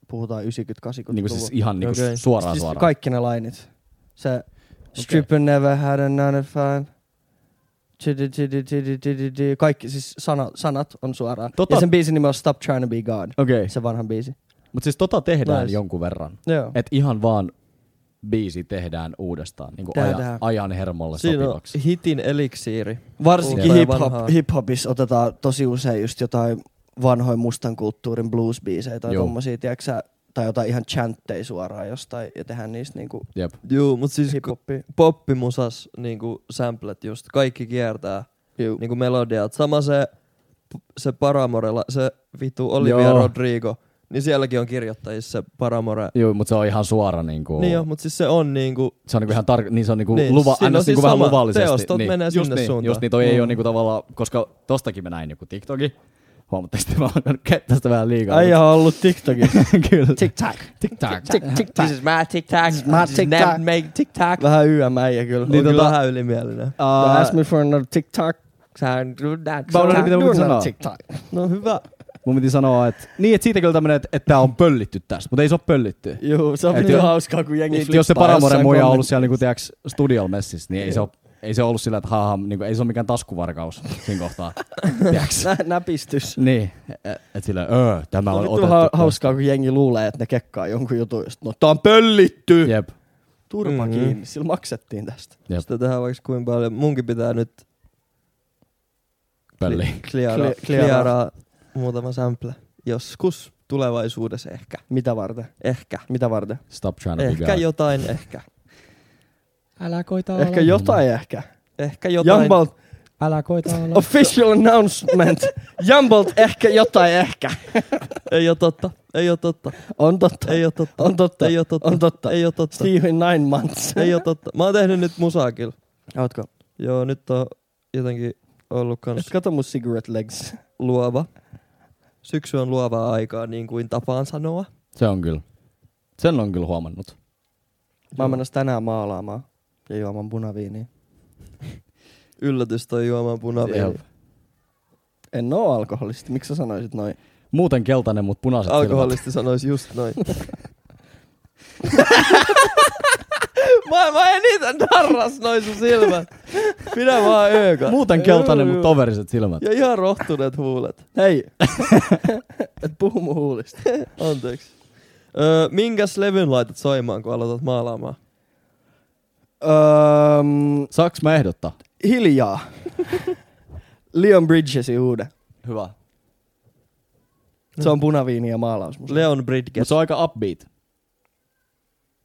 S5: puhutaan 98
S3: Niin kuin siis ihan niin kuin
S1: Okei.
S3: suoraan
S5: siis
S3: suoraan.
S5: kaikki ne lainit. Se stripper never had a nine to five. Chidi, chidi, chidi, chidi, chidi. Kaikki siis sana, sanat on suoraan.
S3: Tota-
S5: Ja sen biisin nimi on Stop Trying to Be God.
S3: Okei.
S5: Se vanhan biisi.
S3: Mutta siis tota tehdään
S1: Nice.
S3: nice. jonkun verran.
S5: Joo.
S3: Et ihan vaan biisi tehdään uudestaan niin kuin aja,
S2: Tehdään.
S3: ajan hermolle
S1: Siinä on
S3: sopivaksi.
S1: hitin eliksiiri.
S5: Varsinkin
S1: Uutta ja
S5: hip-hop,
S1: vanhaa.
S5: hip-hopissa otetaan tosi usein just jotain vanhoja mustan kulttuurin blues-biisejä tai
S3: Juu.
S5: tommosia, tiiäksä, tai jotain ihan chantteja suoraan jostain ja tehdään niistä niinku
S3: Jep.
S1: Juu, mut siis ku-
S5: hip-hoppia.
S1: poppimusas niinku samplet just, kaikki kiertää
S5: Juu.
S1: niinku melodiat. Sama se, se Paramorella, se vitu Olivia
S3: Joo.
S1: Joo. Rodrigo, niin sielläkin on kirjoittajissa se Paramore.
S3: Joo, mutta se on ihan suora niinku,
S1: Niin joo, mut siis se on niinku,
S3: se on niinku ihan tar- niin se on niinku
S1: Niin,
S3: luva,
S1: siinä on
S3: ns.
S1: siis
S3: niinku vähän
S1: sama
S3: luvallisesti.
S1: teostot
S3: niin.
S1: menee
S3: just
S1: sinne
S3: niin,
S1: suuntaan.
S3: Just niin, toi mm. ei
S1: Mm.
S3: ole niinku tavallaan, koska tostakin mä näin joku TikTokin. Huomattavasti mä oon käyttää sitä vähän liikaa.
S5: Ai on ollut TikTokissa.
S3: mut- Kyllä.
S5: TikTok.
S3: TikTok.
S2: This is my tic-tac. This is
S5: my tic-tac.
S2: make tic-tac.
S5: Vähän YM-äijä kyllä.
S1: niin on
S5: Niin,
S1: kyllä
S5: tota,
S1: vähän ylimielinen.
S5: Don't ask me for another TikTok.
S2: Sound good, that
S3: Mä unohdin, mitä
S2: sound.
S3: mun piti sanoa.
S1: No hyvä.
S3: Mun piti sanoa, että niin, että siitä kyllä tämmönen, että, että tää on pöllitty tässä, mutta ei se ole pöllitty.
S5: Juu, se on
S3: Et
S5: vittu
S3: jo-
S5: hauskaa, kun jengi
S3: Niin, jos se
S5: flippaa
S3: Paramore
S5: jossain
S3: muija on ollut
S5: kommentti-
S3: siellä niinku, tiiäks, studial messissä, niin ei se, ole, ei se ollut sillä, että haha, niinku, ei se ole mikään taskuvarkaus siinä kohtaa. tiiäks.
S5: Nä, näpistys.
S3: Niin, että et sillä, öö, tämä
S5: No,
S3: on
S5: vittu
S3: otettu.
S5: ha-
S3: tästä."
S5: hauskaa, kun jengi luulee, että ne kekkaa jonkun jutun. Just, no, tää on pöllitty.
S3: Jep,
S5: Turpa
S3: Mm-hmm.
S1: Mhm.
S5: kiinni, sillä maksettiin tästä.
S3: jep,
S1: Sitä tehdään vaikka kuinka paljon. Munkin pitää nyt
S3: pölli.
S1: Niin. kliaraa
S5: Kli- kliaraa.
S1: kliaraa muutama sample. Joskus tulevaisuudessa ehkä.
S5: Mitä varten?
S1: Ehkä.
S5: Mitä varten?
S3: Stop trying to be
S1: Ehkä
S3: God.
S1: jotain, ehkä.
S2: Älä koita olla.
S5: Ehkä jotain ehkä.
S1: Ehkä jotain.
S5: Jumbled
S2: Älä koita olla.
S5: official announcement. Jumbled ehkä jotain ehkä.
S1: Ei oo totta. Ei oo totta.
S5: On totta.
S1: Ei oo totta.
S5: On totta.
S1: Ei oo totta.
S5: On totta.
S1: Ei oo totta.
S5: Steven Nine Months.
S1: Ei oo totta. Mä oon tehnyt nyt musaa kyllä.
S5: Ootko?
S1: Joo, nyt on jotenkin ollut kans
S5: Et kato mun cigarette legs.
S1: luova. Syksy on luovaa aikaa, niin kuin tapaan sanoa.
S3: Se on kyllä. Sen on kyllä huomannut.
S5: Mä oon menossa tänään maalaamaan ja juomaan punaviiniä.
S1: Yllätys toi juomaan
S3: Jep.
S1: punaviini.
S5: En oo alkoholisti. Miksi sä sanoisit noin?
S3: Muuten keltainen, mutta punaiset silmät.
S1: Alkoholisti sanoisi just
S5: *laughs*
S1: noin. Maailman eniten narras noin sun silmät. Pidä vaan öökä.
S3: Muuten keltainen,
S1: Joo,
S3: mutta
S1: joo.
S3: toveriset silmät.
S1: Ja ihan rohtuneet huulet.
S5: Hei! *laughs* Et puhu mun huulista.
S1: Anteeksi. Öö, minkäs levyn laitat soimaan, kun aloitat maalaamaan?
S5: Öm,
S3: Saaks mä ehdottaa?
S5: hiljaa. Leon Bridgesin uuden.
S3: Hyvä.
S5: Se on punaviini ja maalaus. musta.
S1: Leon Bridges.
S3: Mutta se on aika upbeat.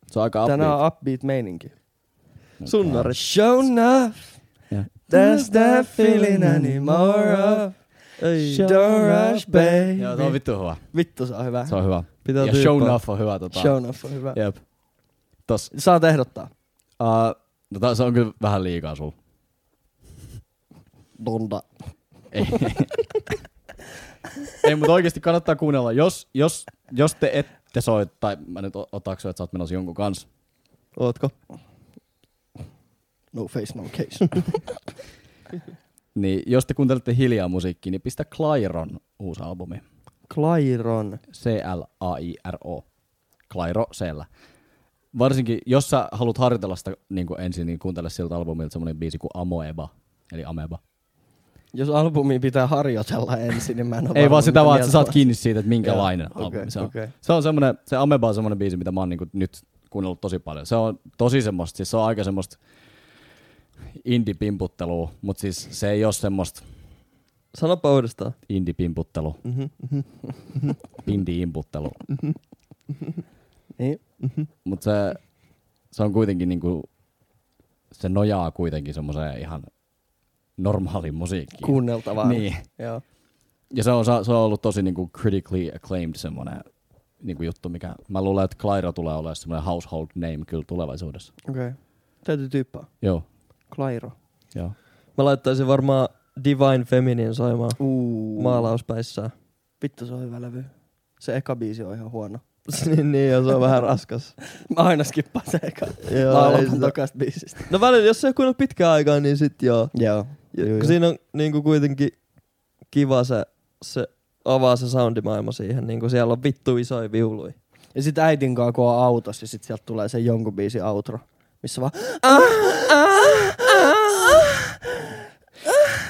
S3: Se on aika upbeat.
S5: Tänään on upbeat meininki.
S1: Sunnari.
S5: Show enough.
S3: Yeah.
S5: There's that feeling anymore of.
S1: Ei.
S5: Don't rush, baby.
S3: Joo, se on vittu hyvä.
S5: Vittu, se on hyvä.
S3: Se on hyvä.
S1: Pitää
S3: ja
S1: tyyppää.
S3: Show Enough on hyvä. Tota.
S5: Show enough on hyvä.
S3: *laughs* Jep. Tos,
S5: Saat ehdottaa.
S3: uh, no tää- se on kyllä vähän liikaa sulla.
S5: Donda.
S3: Ei. Ei, mutta oikeasti kannattaa kuunnella. Jos, jos, jos te ette soi, tai mä nyt o- otaksun, että sä oot menossa jonkun kanssa.
S1: Ootko?
S5: No face, no case.
S3: Niin jos te kuuntelette hiljaa musiikkia, niin pistä Clairon uusi albumi.
S5: *laughs* Clairon.
S3: C-L-A-I-R-O. Clairo c Varsinkin, jos sä haluat harjoitella sitä niin kuin ensin, niin kuuntele siltä albumilta semmoinen biisi kuin Amoeba, eli Ameba.
S5: Jos albumi pitää harjoitella ensin, niin mä en ole
S3: Ei
S5: varma,
S3: vaan sitä
S5: mitä
S3: vaan, että
S5: mieltä
S3: sä saat
S5: olet.
S3: kiinni siitä, että minkälainen
S5: Joo,
S3: albumi
S5: okei,
S3: se on.
S5: okei.
S3: Se on semmoinen, se Ameba on semmoinen biisi, mitä mä oon niin nyt kuunnellut tosi paljon. Se on tosi semmoista, siis se on aika semmoista indie-pimputtelua, mutta siis se ei ole semmoista
S1: Sanopa uudestaan.
S3: indie-pimputtelu.
S5: Mm-hmm,
S3: Indie-imputtelu.
S5: *laughs* Niin.
S3: Mutta se, se on kuitenkin niinku, se nojaa kuitenkin semmoiseen ihan normaaliin musiikkiin.
S5: Kuunneltavaa.
S3: Niin.
S5: Joo.
S3: Ja se on, se on ollut tosi niinku critically acclaimed semmoinen niinku juttu, mikä mä luulen, että Clairo tulee olemaan semmoinen household name kyllä tulevaisuudessa.
S5: Okei. Okay. Täytyy tyyppää.
S3: Joo.
S5: Clairo.
S3: Joo.
S1: Mä laittaisin varmaan Divine Feminine soimaan
S5: Uu.
S1: maalauspäissään. *laughs*
S5: Vittu, se on hyvä levy. Se eka biisi on ihan huono.
S1: niin, niin, ja se on vähän raskas.
S5: Mä aina skippaan se eka.
S1: Joo, ei
S5: Laulan
S1: sitä-
S5: mun tokasta biisistä.
S1: No välillä, jos se ei kuunnellut pitkään aikaa, niin sit joo.
S5: Joo.
S1: Ja,
S5: Joo,
S1: kun
S5: joo.
S1: siinä on niin kuin kuitenkin kiva se, se avaa se soundimaailma siihen, niin kuin siellä on vittu isoja viului.
S5: Ja sit äitin kanssa, kun on autossa, ja sit sieltä tulee se jonkun biisi outro, missä vaan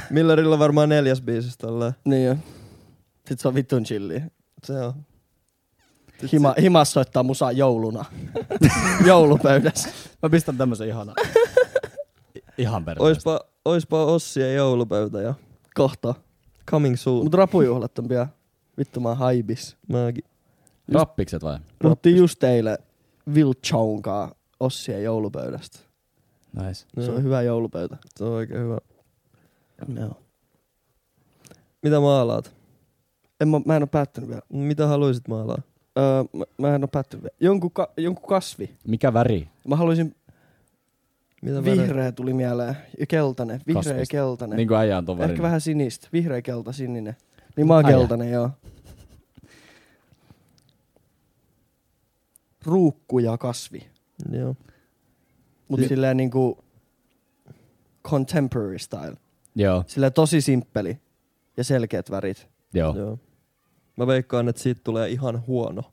S1: Millerillä on varmaan neljäs biisistä tolleen.
S5: Niin joo. Sit se on vitun chilli.
S1: Se on.
S5: Hima, himas soittaa musaa jouluna. *laughs* Joulupöydässä.
S3: Mä pistän tämmöisen ihana. *laughs* Ihan perus.
S1: Oispa, oispa Ossi ja joulupöytä ja
S5: Kohta.
S1: coming soon.
S5: Mut rapujuhlat on vielä vittumaan haibis.
S1: Mäkin.
S3: Rappikset vai?
S5: Puhuttiin just teille Will Chownkaa Ossien joulupöydästä.
S3: Nice.
S5: Se
S1: No,
S5: on hyvä joulupöytä.
S1: se on oikein hyvä.
S5: No.
S1: Mitä maalaat?
S5: En mä, mä en oo päättänyt vielä.
S1: Mitä haluaisit maalaa?
S5: Öö, mä, mä en oo päättänyt vielä. Jonkun, ka, jonkun kasvi.
S3: Mikä väri?
S5: Mä haluaisin,
S1: Mitä värejä?
S5: vihreä tuli mieleen. Ja keltainen. Vihreä ja
S3: Kasvista.
S5: keltainen.
S3: Niin kuin äijä on ton
S5: Ehkä
S3: värin.
S5: vähän sinistä. Vihreä, kelta, sininen. Niin mä oon
S3: Ai jaa.
S5: keltainen, joo. Ruukku ja kasvi.
S1: Joo.
S5: Mut
S1: Ni-
S5: silleen niinku contemporary style.
S3: Joo,
S5: Silleen tosi simppeli ja selkeät värit.
S3: joo.
S1: Joo. Mä veikkaan, että siitä tulee ihan huono.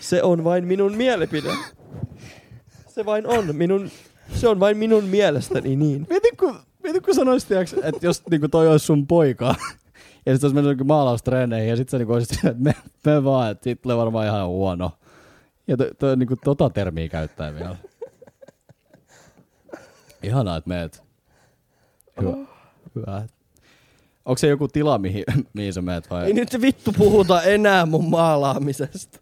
S1: Se on vain minun mielipide. Se vain on minun, se on vain minun mielestäni niin.
S3: Mieti kun, mieti kun sanoisit, tiiäks, että jos niinku toi olisi sun poika, *laughs* ja sit se olisi mennyt niinku maalaustreeneihin, ja sit sä niinku olisit *laughs* silleen, että me, me vaan, että siitä tulee varmaan ihan huono. Ja to, to, niinku tota termiä käyttää vielä. Ihanaa, että meet. Hyvä.
S5: Oh.
S3: Hyvä. Onko se joku tila, mihin, *laughs* mihin sä meet vai?
S5: Ei niin. nyt vittu puhuta enää mun maalaamisesta.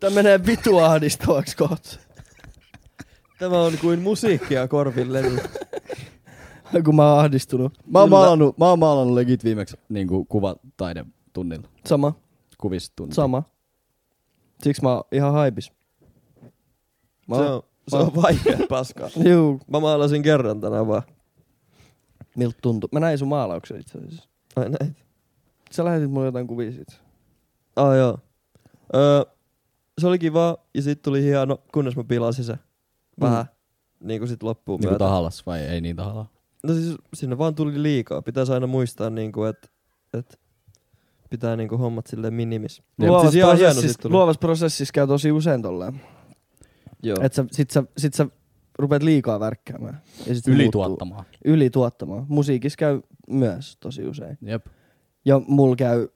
S5: Tää menee vitu ahdistavaksi kohta.
S1: Tämä on kuin musiikkia korville. Niin.
S5: Ai Kun mä oon ahdistunut.
S3: Mä oon,
S5: Kyllä.
S3: maalannut, mä oon maalannut legit viimeksi niin kuin kuvataiden tunnilla,
S5: Sama,
S3: kuvistunnilla.
S5: sama. Siksi mä oon ihan haibis. Mä
S1: Se
S5: oon,
S1: on, se on vaikea paskaa.
S5: *laughs* juu,
S1: Mä maalasin kerran tänään vaan.
S5: miltä tuntuu. Mä näin sun maalauksen itse asiassa.
S1: Ai näin.
S5: Sä lähetit mulle jotain kuvia siitä.
S1: Ah, joo. Öö, se oli kiva ja sit tuli hieno, kunnes mä pilasin se. Vähän. Mm. Niin kuin sit loppuun
S5: Niinku
S3: Niin kuin
S1: myötä.
S3: tahallas vai ei niin tahalla?
S1: No siis sinne vaan tuli liikaa. Pitäisi aina muistaa, niin kuin, että et pitää niin kuin hommat sille minimis. Mut
S5: Luovassa
S1: siis ihan hieno
S5: prosessissa,
S1: sit tuli.
S5: luovassa prosessissa käy tosi usein tolleen.
S1: Joo.
S5: Että sä, sit, sä, sit sä rupeat liikaa värkkäämään. Ja sit se muuttuu.
S3: Ylituottamaan.
S5: Ylituottamaan. Musiikissa käy myös tosi usein.
S3: Jep.
S5: Ja mulla käy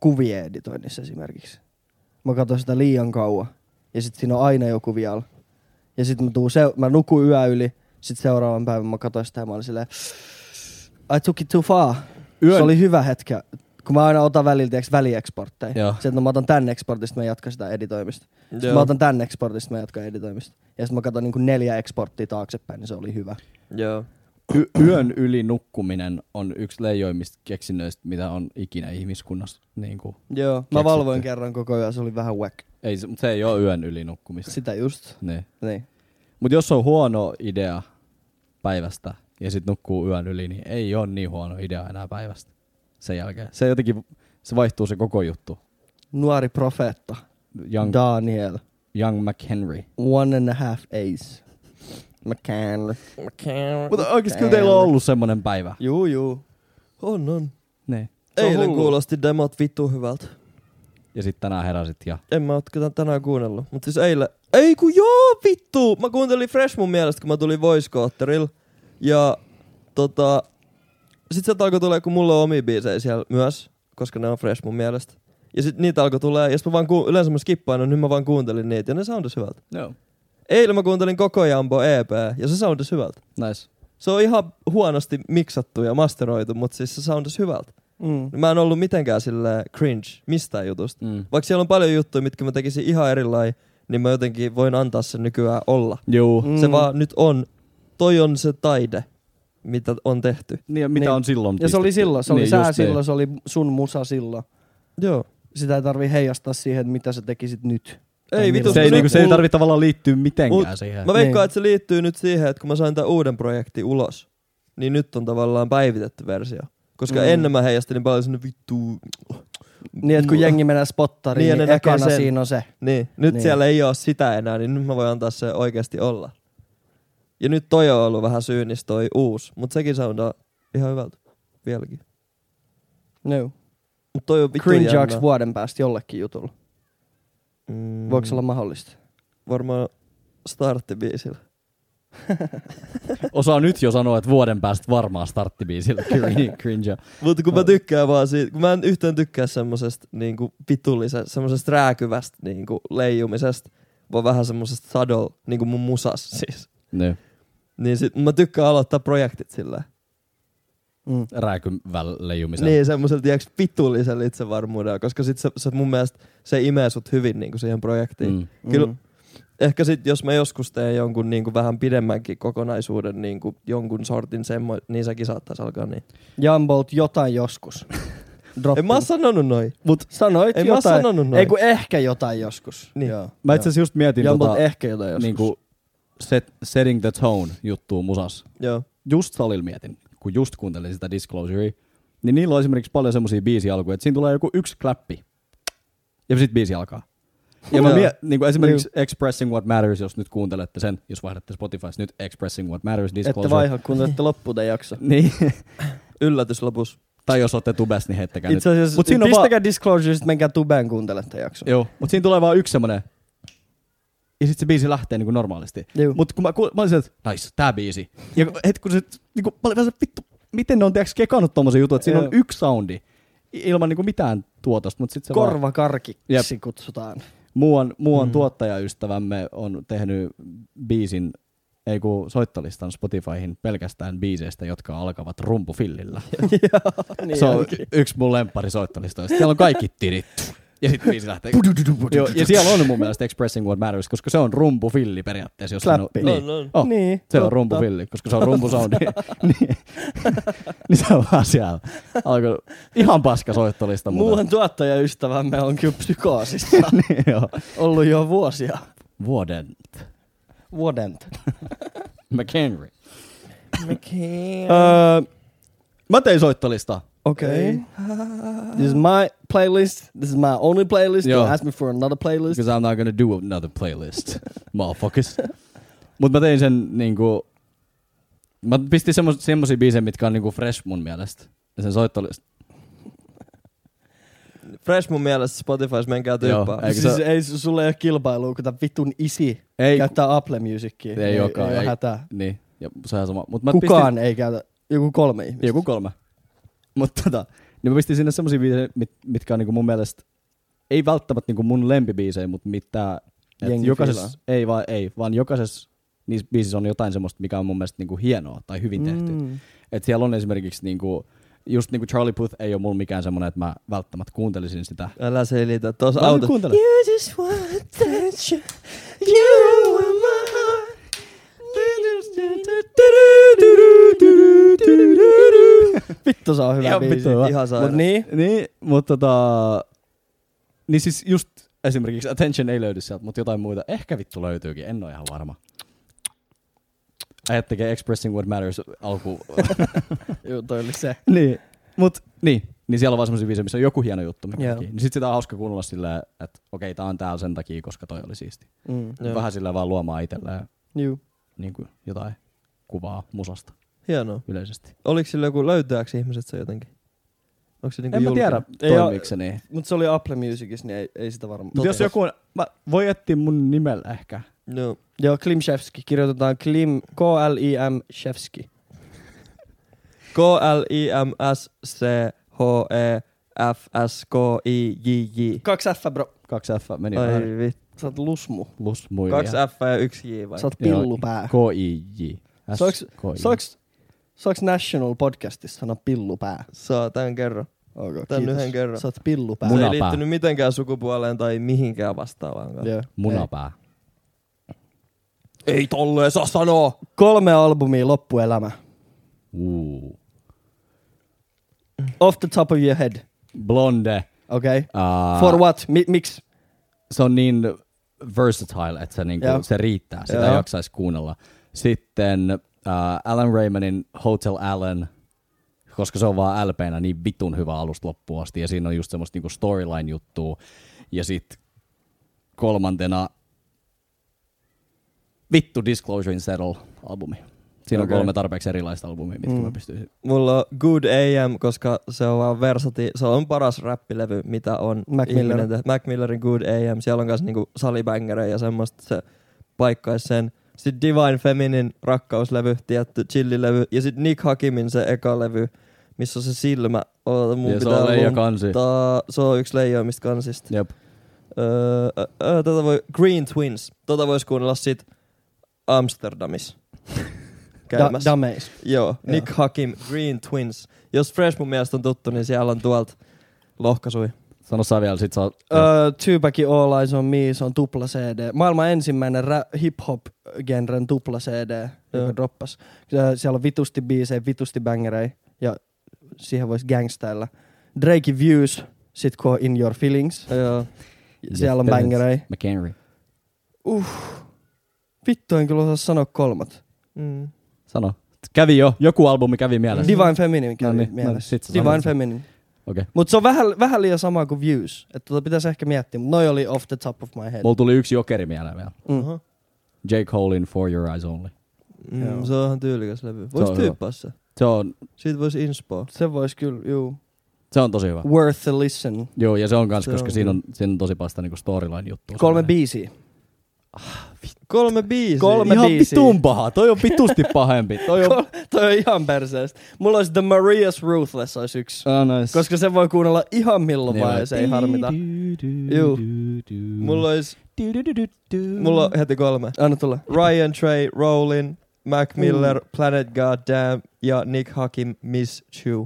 S5: kuvien editoinnissa esimerkiksi. Mä katson sitä liian kauan. Ja sit siinä on aina joku vielä. Ja sit mä, tuun se- mä nukun yö yli. Sit seuraavan päivän mä katsoin sitä ja mä olin silleen... I took it too far. Yön. Se oli hyvä hetkä. Kun mä aina otan välillä tiiäks, välieksportteja.
S3: Joo.
S5: Sitten no, mä otan tän eksportista, mä jatkan sitä editoimista. Sitten
S1: Joo.
S5: mä otan tän eksportista, mä jatkan editoimista. Ja sitten mä katson niin neljä eksporttia taaksepäin, niin se oli hyvä.
S1: Joo.
S3: Y- yön yli nukkuminen on yksi leijoimmista keksinnöistä, mitä on ikinä ihmiskunnassa. Niin kuin.
S5: Joo. Mä
S3: Keksitte.
S5: valvoin kerran koko ajan, se oli vähän whack.
S3: Ei, se- mut se ei ole yön yli nukkumista.
S5: Sitä just.
S3: Niin.
S5: Niin.
S3: Mutta jos on huono idea päivästä ja sitten nukkuu yön yli, niin ei ole niin huono idea enää päivästä sen jälkeen. Se jotenkin, se vaihtuu se koko juttu.
S5: Nuori profeetta.
S3: Young,
S5: Daniel.
S3: young McHenry.
S5: One and a half ace. McCann.
S3: Mutta oikeasti kyllä teillä on ollut semmoinen päivä.
S5: Juu, juu.
S1: On, on.
S3: Niin.
S5: Se on
S1: Eilen
S5: hullu.
S1: kuulosti demot vittu hyvältä.
S3: Ja sitten tänään heräsit ja...
S1: En mä oot tänään kuunnellut. Mut siis eilen... Ei kun joo vittu! Mä kuuntelin Fresh mun mielestä, kun mä tulin voicecootterilla. Ja tota... Sit sieltä alkoi tulee, kun mulla on omia biisejä siellä myös, koska ne on Fresh mun mielestä. Ja sit niitä alkoi tulee, ja sit mä vaan ku... yleensä mä skippaan, niin nyt mä vaan kuuntelin niitä, ja ne soundas hyvältä.
S3: Joo.
S1: Eilen mä kuuntelin koko Jambo EP, ja se soundas hyvältä.
S3: Nice.
S1: Se on ihan huonosti miksattu ja masteroitu, mutta siis se soundas hyvältä.
S5: Mm.
S1: Mä en ollut mitenkään sillä cringe mistään jutusta.
S3: Mm.
S1: Vaikka siellä on paljon juttuja, mitkä mä tekisin ihan erilainen, niin mä jotenkin voin antaa sen nykyään olla.
S3: Joo.
S5: Mm.
S1: Se vaan nyt on, toi on se taide, mitä on tehty.
S3: Niin, ja mitä
S5: Niin.
S3: on silloin
S5: Ja se oli
S3: pistetty.
S5: silloin, se oli niin,
S3: niin,
S5: sää
S3: just niin.
S5: silloin, se oli sun musa silloin.
S1: Joo.
S5: Sitä ei tarvi heijastaa siihen, että mitä sä tekisit nyt. Tai
S1: Ei vitu.
S5: milloin.
S3: Se ei,
S1: Mut
S3: niinku, se ei
S1: mulla-
S3: tarvitse tavallaan liittyä mitenkään
S1: Mut-
S3: siihen.
S1: Mä veikkaan,
S5: Niin.
S1: että se liittyy nyt siihen, että kun mä sain tämän uuden projektin ulos, niin nyt on tavallaan päivitetty versio. Koska
S5: Mm.
S1: mm. ennen mä heijastelin paljon sinne vittu.
S5: Niin, että kun jengi menee spottariin,
S1: Niin, ja
S5: niin,
S1: ne
S5: niin
S1: näkee
S5: ekana
S1: sen.
S5: siinä on se.
S1: Niin, nyt
S5: Niin.
S1: niin. siellä ei ole sitä enää, niin nyt mä voin antaa se oikeasti olla. Ja nyt toi on ollut vähän syynis toi uusi, mutta sekin soundaa ihan hyvältä vieläkin.
S5: No.
S1: Mutta toi on vittu
S5: Cringeaks
S1: jännä.
S5: vuoden päästä jollekin jutulla.
S1: Mm,
S5: Mm. Voiko se olla mahdollista?
S1: Varmaan starttibiisillä.
S3: Osaa nyt jo sanoa, että vuoden päästä varmaan starttibiisillä *laughs* Cringe- cringea.
S1: Mutta kun mä tykkään vaan siitä, kun mä en yhtään tykkää semmosesta niinku pitullisesta, semmosesta rääkyvästä niinku leijumisesta, vaan vähän semmosesta sadol, niinku mun musas siis.
S3: Niin.
S1: Niin sit mä tykkään aloittaa projektit sillä.
S5: Mm.
S3: Rääkyn väl- leijumisella.
S1: Niin, semmoisella tiiäks pitullisella itsevarmuudella, koska sit se, se mun mielestä se imee sut hyvin niinku siihen projektiin. Mm. Kyllä
S5: Mm.
S1: ehkä sit, jos mä joskus teen jonkun niinku vähän pidemmänkin kokonaisuuden, niinku jonkun sortin semmo, niin säkin saattaisi alkaa niin.
S5: Jambolt jotain joskus. Droppin.
S1: *laughs* En mä oo sanonut noin, mut
S5: Sanoit
S1: en mä oo
S5: jotain.
S1: sanonut noin.
S5: Ei kun ehkä jotain joskus.
S1: Niin.
S5: Joo.
S3: Mä itse asiassa just mietin
S5: Jambolt
S3: tota,
S5: ehkä jotain joskus.
S3: niinku set, setting the tone juttuun musas.
S1: Joo.
S3: just salilla mietin, kun just kuuntelin sitä Disclosurea, niin niillä on esimerkiksi paljon semmoisia biisialkuja, että siinä tulee joku yksi kläppi, ja sitten biisi alkaa. Ja mä
S1: Joo.
S3: mie- niin kuin esimerkiksi Expressing What Matters, jos nyt kuuntelette sen, jos vaihdatte Spotifysta nyt Expressing What Matters,
S5: Ette
S3: Disclosure.
S5: vaiha, kun olette loppuun tämän jakso.
S3: Niin.
S1: Yllätys lopussa.
S3: tai jos olette tubessa, niin heittäkää
S5: Itse
S3: nyt.
S5: asiassa,
S3: Mut siinä on vaan-
S5: pistäkää disclosure, sit menkää tubeen kuuntelemaan tämän jakson.
S3: Joo, mutta siinä tulee vaan yksi semmoinen, ja sitten se biisi lähtee niin kuin normaalisti.
S5: Joo.
S3: Mutta kun mä, kuul, mä olin että nice, tää biisi. Ja kun- hetki kun se, niin kuin, mä olin vähän se, vittu, miten ne on tiiäks kekannut tommosen jutun, että siinä on
S5: Joo.
S3: yksi soundi i- ilman niin kuin mitään tuotosta, mutta sitten se vaan,
S5: Korvakarkiksi
S3: Jep.
S1: *laughs*
S5: kutsutaan.
S3: muuan, muuan
S1: Mm.
S3: mm. tuottajaystävämme on tehnyt biisin, ei kun soittolistan Spotifyhin pelkästään biiseistä, jotka alkavat rumpufillillä.
S5: niin
S3: se on y- yksi mun lemppari soittolistoista. Siellä on kaikki tidit. Ja sitten biisi lähtee. Joo, ja siellä on mun mielestä Expressing What Matters, koska se on rumpufilli periaatteessa. Jos
S5: Clappi.
S3: sanoo-
S1: On,
S3: niin.
S1: on.
S3: Oh,
S5: niin.
S3: Se on
S5: totta.
S3: rumpufilli, koska se on rumpusoundi. *laughs* niin. niin se on vaan siellä. Alkoi ihan paska soittolista. muuten.
S5: Muuhan tuottajaystävämme on kyllä
S3: *laughs*
S5: psykoosissa
S3: niin, joo.
S5: ollut jo vuosia.
S3: Vuoden
S5: Vuoden.
S3: *laughs* McHenry. öö, mä tein soittolista.
S5: Okei. Okay. This is my playlist. This is my only playlist.
S3: Joo.
S5: Don't ask me for another playlist.
S3: Because I'm not gonna do another playlist. *laughs* Motherfuckers. Mut mä tein sen niinku... Mä pistin semmos, semmosia biisejä, mitkä on niinku fresh mun mielestä. Ja sen soittolista.
S1: Fresh mun mielestä Spotifys menkää
S3: Joo,
S1: tyyppää.
S3: eikö
S5: siis
S3: se-
S5: ei, su- sulle ei ole kilpailua, kun tämän vitun isi
S3: Ei, Käyttä...
S5: käyttää Apple Musicia.
S3: Ei olekaan,
S5: Ei, ei,
S3: ei.
S5: ole hätää.
S3: Niin, ja se on ihan sama. Mut mä
S5: Kukaan ei käytä. Joku kolme
S3: pistin...
S5: ihmistä.
S3: Joku kolme. Mut tota, niin mä pistin sinne semmosia biisejä, mit, mitkä on niinku mun mielestä... Ei välttämättä niinku mun lempibiisejä, mut mitään... Et
S5: Jengi
S3: jokaisessa, ei vaan, ei, vaan jokaisessa niissä biisissä on jotain semmoista, mikä on mun mielestä niinku hienoa tai hyvin tehty. Mm.
S5: Mm.
S3: Et siellä on esimerkiksi niinku, just niinku Charlie Puth ei ole mulla mikään semmoinen, että mä välttämättä kuuntelisin sitä.
S1: Älä selitä, tuossa
S3: Mä
S1: auto.
S3: kuuntelen.
S1: You just want attention. You are my heart.
S5: Vittu, se on hyvä
S3: Ihan
S5: biisi.
S3: vittu hyvä.
S1: Ihan sairaan.
S5: Mut niin,
S3: Niin, mutta tota, niin siis just esimerkiksi Attention ei löydy sieltä, mutta jotain muita. Ehkä vittu löytyykin, en ole ihan varma. Ajat tekee Expressing What Matters alku. *laughs*
S5: Joo, toi oli se.
S3: niin, mut niin. Niin siellä on vaan semmosia biisejä, missä on joku hieno juttu. mikä
S5: Joo.
S3: teki. Niin sit sitä on hauska kuunnella silleen, että okei, tää on täällä sen takia, koska toi oli siisti.
S5: Mm.
S1: Joo.
S3: Vähän silleen vaan luomaan itselleen
S5: Juu.
S3: niin kuin jotain kuvaa musasta
S1: Hienoa.
S3: yleisesti.
S1: Oliko sillä joku, löytääkö ihmiset se jotenkin? Onko se niinku
S3: En mä
S1: julkinen?
S3: tiedä,
S5: Ei oo-
S3: toimiiko se niin.
S5: Mut se oli Apple Musicissa, niin ei, ei sitä varmaan.
S3: Mutta jos joku on, mä voi etsiä mun nimellä ehkä.
S1: No,
S5: Joo, Klimshevski. Kirjoitetaan Klim, K-L-I-M, Shevski.
S1: E K-L-I-M-S-C-H-E-F-S-K-I-J-J.
S5: Kaksi F, bro.
S3: Kaksi F meni
S1: Ai
S3: vähän
S1: vittu.
S5: Sä oot lusmu.
S3: lusmuilija.
S1: Kaksi F ja yksi J vai?
S5: Sä oot
S3: Joo.
S5: pillupää.
S3: K-I-J. S-
S5: Saaks-
S3: K-I-J.
S5: Saaks, saaks National Podcastissa sanoa pillupää?
S1: Saa tämän kerran.
S5: Okay,
S1: Tän yhden kerran.
S5: Sä oot pillupää.
S1: Se
S3: Munapää.
S1: ei liittynyt mitenkään sukupuoleen tai mihinkään vastaavaan.
S5: Joo.
S3: Munapää.
S1: Ei tolleen saa sanoa!
S5: Ei. Kolme albumia loppuelämä.
S3: Uu.
S5: Off the top of your head.
S3: Blonde.
S5: Okei. Okay.
S3: Uh,
S5: For what? Mi- miksi?
S3: se on niin versatile, että se, niinku,
S5: Joo.
S3: se riittää. Sitä
S5: Joo.
S3: jaksaisi kuunnella. Sitten uh, Alan Raymanin Hotel Allen, koska se on vaan LPnä niin vitun hyvä alusta loppuun asti. Ja siinä on just semmoista niinku storyline-juttua. Ja sitten kolmantena vittu Disclosure in Settle albumi. Siinä okay.
S1: Okei.
S3: on kolme tarpeeksi erilaista albumia, mitkä
S5: Mm.
S3: mm. mä pystyisin.
S1: Mulla on Good AM, koska se on vaan versati, se on paras räppilevy, mitä on.
S5: Mac
S1: ihminen
S5: Miller.
S1: tehnyt. Mac Millerin Good AM, siellä on myös niinku salibängereitä ja semmoista, se paikkaisi sen. Sitten Divine Feminin rakkauslevy, tietty chillilevy, ja sitten Nick Hakimin se eka levy, missä on se silmä. Oota, mun
S3: Ja se
S1: pitää
S3: on leija
S1: lunta-
S3: kansi.
S1: Tää, se on yksi leijoimista kansista.
S3: Jep.
S1: Öö, öö, tätä voi, Green Twins. Tota voisi kuunnella sit
S5: *laughs*
S1: Amsterdamissa.
S5: Da-
S1: Käymässä.
S5: dameis.
S1: Joo, Nick Hakim, Green Twins. Jos Fresh mun mielestä on tuttu, niin siellä on tuolta lohkaisui.
S3: Sano sä vielä, sit sä oot...
S5: Öö, Tupacin All Eyes on Me, se on tupla CD. Maailman ensimmäinen ra- hip-hop-genren tupla CD,
S1: Joo.
S5: joka droppas. Öö, Siellä on vitusti biisejä, vitusti bangerei ja siihen voisi gangstailla. Drake Views, sit kun on In Your Feelings,
S1: Joo.
S5: siellä on
S3: Yes,
S5: bangerei.
S3: McHenry.
S5: Vittu en kyllä osaa sanoa kolmat.
S1: Mm.
S3: Sano. Kävi jo, joku albumi kävi mielessä.
S5: Divine Feminine kävi
S3: No niin,
S5: mielessä.
S3: no niin, sit sä
S5: Divine
S3: sanoit sen.
S5: Feminine.
S3: Okei.
S5: Mutta se on vähän, vähän liian sama kuin Views. Että tota pitäisi ehkä miettiä, mutta noi oli off the top of my head.
S3: Mulla tuli yksi jokeri mieleen vielä.
S5: Mm.
S1: Oho.
S3: J. Colein For Your Eyes Only.
S1: Mm,
S5: Joo.
S1: se on ihan tyylikäs levy.
S3: Se
S1: Voisi
S3: on hyvä.
S1: tyyppää se.
S3: Se on,
S1: Siitä voisi inspoa.
S5: Se voisi kyllä, juu.
S3: se on tosi hyvä.
S5: *laughs* Worth a listen.
S3: Joo, ja se on kans,
S1: Se
S3: koska
S1: on
S3: siinä on, siinä on tosi paljon sitä niinku storyline-juttua.
S5: Kolme biisiä.
S1: Kolme biisiä.
S5: Kolme
S3: Ihan
S5: biisiä.
S3: vittuun paha. Toi on vitusti pahempi. Toi on...
S5: Kol- *laughs* toi on ihan perseestä. Mulla olisi The Maria's Ruthless olisi yksi.
S3: Ah, nice.
S5: Koska se voi kuunnella ihan milloin
S3: Niin
S5: vaan
S3: vai.
S5: ja se ei harmita.
S3: Juu.
S5: Juu.
S1: Mulla olisi, mulla on heti kolme.
S5: Anna tulla.
S1: Ryan Trey, Rowlin, Mac Miller, Planet Goddamn ja Nick Hakim, Miss Chew.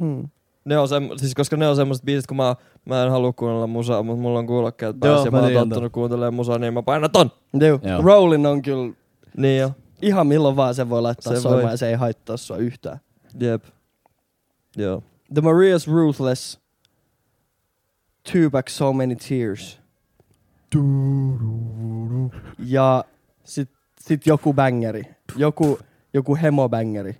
S5: Hmm.
S1: Ne on semmo- siis koska ne on semmoset biisit, kun mä, mä en halua kuunnella musaa, mutta mulla on kuulokkeet
S3: Joo,
S1: päässä ja
S3: mä
S1: mä oon
S3: tiedän ton.
S1: tottunut kuuntelemaan musaa, niin mä painan ton.
S5: Juu.
S3: Joo.
S5: Rowling on kyllä
S1: Niin jo.
S5: ihan milloin vaan se voi laittaa
S1: Se
S5: se soimaan
S1: voi.
S5: ja se ei haittaa sua yhtään.
S1: Jep. Joo.
S5: The Maria's Ruthless. Tupac So Many Tears. Ja sit, sit joku bangeri. Joku, joku hemobängeri.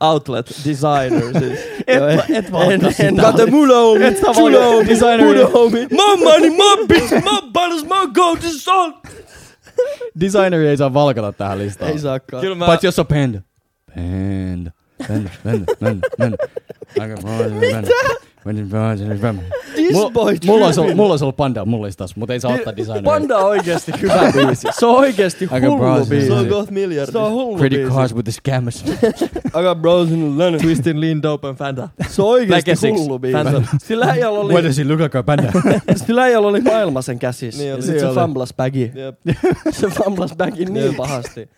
S1: Outlet designer siis.
S5: *laughs* Et, et en, en,
S1: Got the mulo, mulo,
S3: Designer,
S1: My money, my bitch, my bottles, my gold is all.
S3: designer ei saa valkata tähän listaan.
S5: Ei saakaan.
S1: Kyllä mä,
S3: Paitsi jos on panda. Panda. Panda, panda, panda, panda. Mitä?
S5: boy
S3: Mulla olisi ollut, mulla olisi ollut panda mun listassa, mutta ei saa ottaa designeria.
S5: Panda on oikeesti hyvä biisi. Se on oikeesti
S3: Aika
S5: hullu
S3: braasi.
S1: se
S5: biisi.
S1: on kohta miljardi.
S5: Se on hullu
S3: Credit
S5: biisi.
S3: cards with the scammers.
S5: I got bros in the Lennon.
S1: Twistin Lindop and Fanta.
S5: Se on oikeesti
S3: Black Essex.
S5: hullu biisi.
S1: Phantom.
S5: Sillä äijällä oli,
S3: Why does he look like a panda?
S5: sillä äijällä oli maailma sen käsissä.
S1: Niin oli.
S5: ja sit
S3: Niin
S5: se
S3: oli.
S5: fumblas
S1: *laughs*
S5: bagi.
S1: Jep.
S5: Se fumblas bagi niin
S1: Jep. *laughs*
S5: pahasti.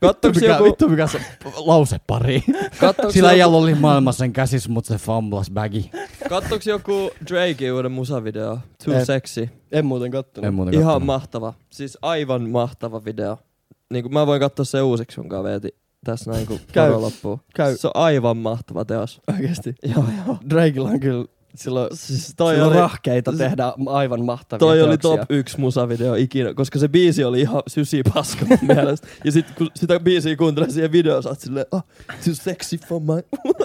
S1: Kattoks
S3: mikä,
S1: joku,
S3: vittu mikä se *laughs* lause pari.
S1: kattoks
S3: Sillä
S1: joku,
S3: ei ollut maailma sen käsis, mutta se fumblas bagi.
S1: kattoks joku Drakein uuden musavideo? Too
S5: Ei.
S1: sexy.
S5: En muuten kattonut.
S3: En muuten
S1: Ihan
S3: kattonut.
S1: mahtava. Siis aivan mahtava video. Niin kuin mä voin katsoa se uusiksi sun kaveeti tässä näin kun
S5: Käy.
S1: koro loppuu.
S5: Käy.
S1: Se on aivan mahtava teos.
S5: Oikeesti.
S1: Joo joo.
S5: Drakella on kyllä silloin,
S1: Siis
S5: toi
S1: toi
S5: oli,
S1: oli,
S5: rahkeita tehdä aivan mahtavia
S1: toi oli
S5: teoksia.
S1: top yksi musavideo ikinä, koska se biisi oli ihan sysi paska
S3: *laughs*
S1: mun mielestä. Ja sit kun sitä biisiä kuuntelee siihen videoon, sä oot silleen, oh, too sexy for my... *laughs*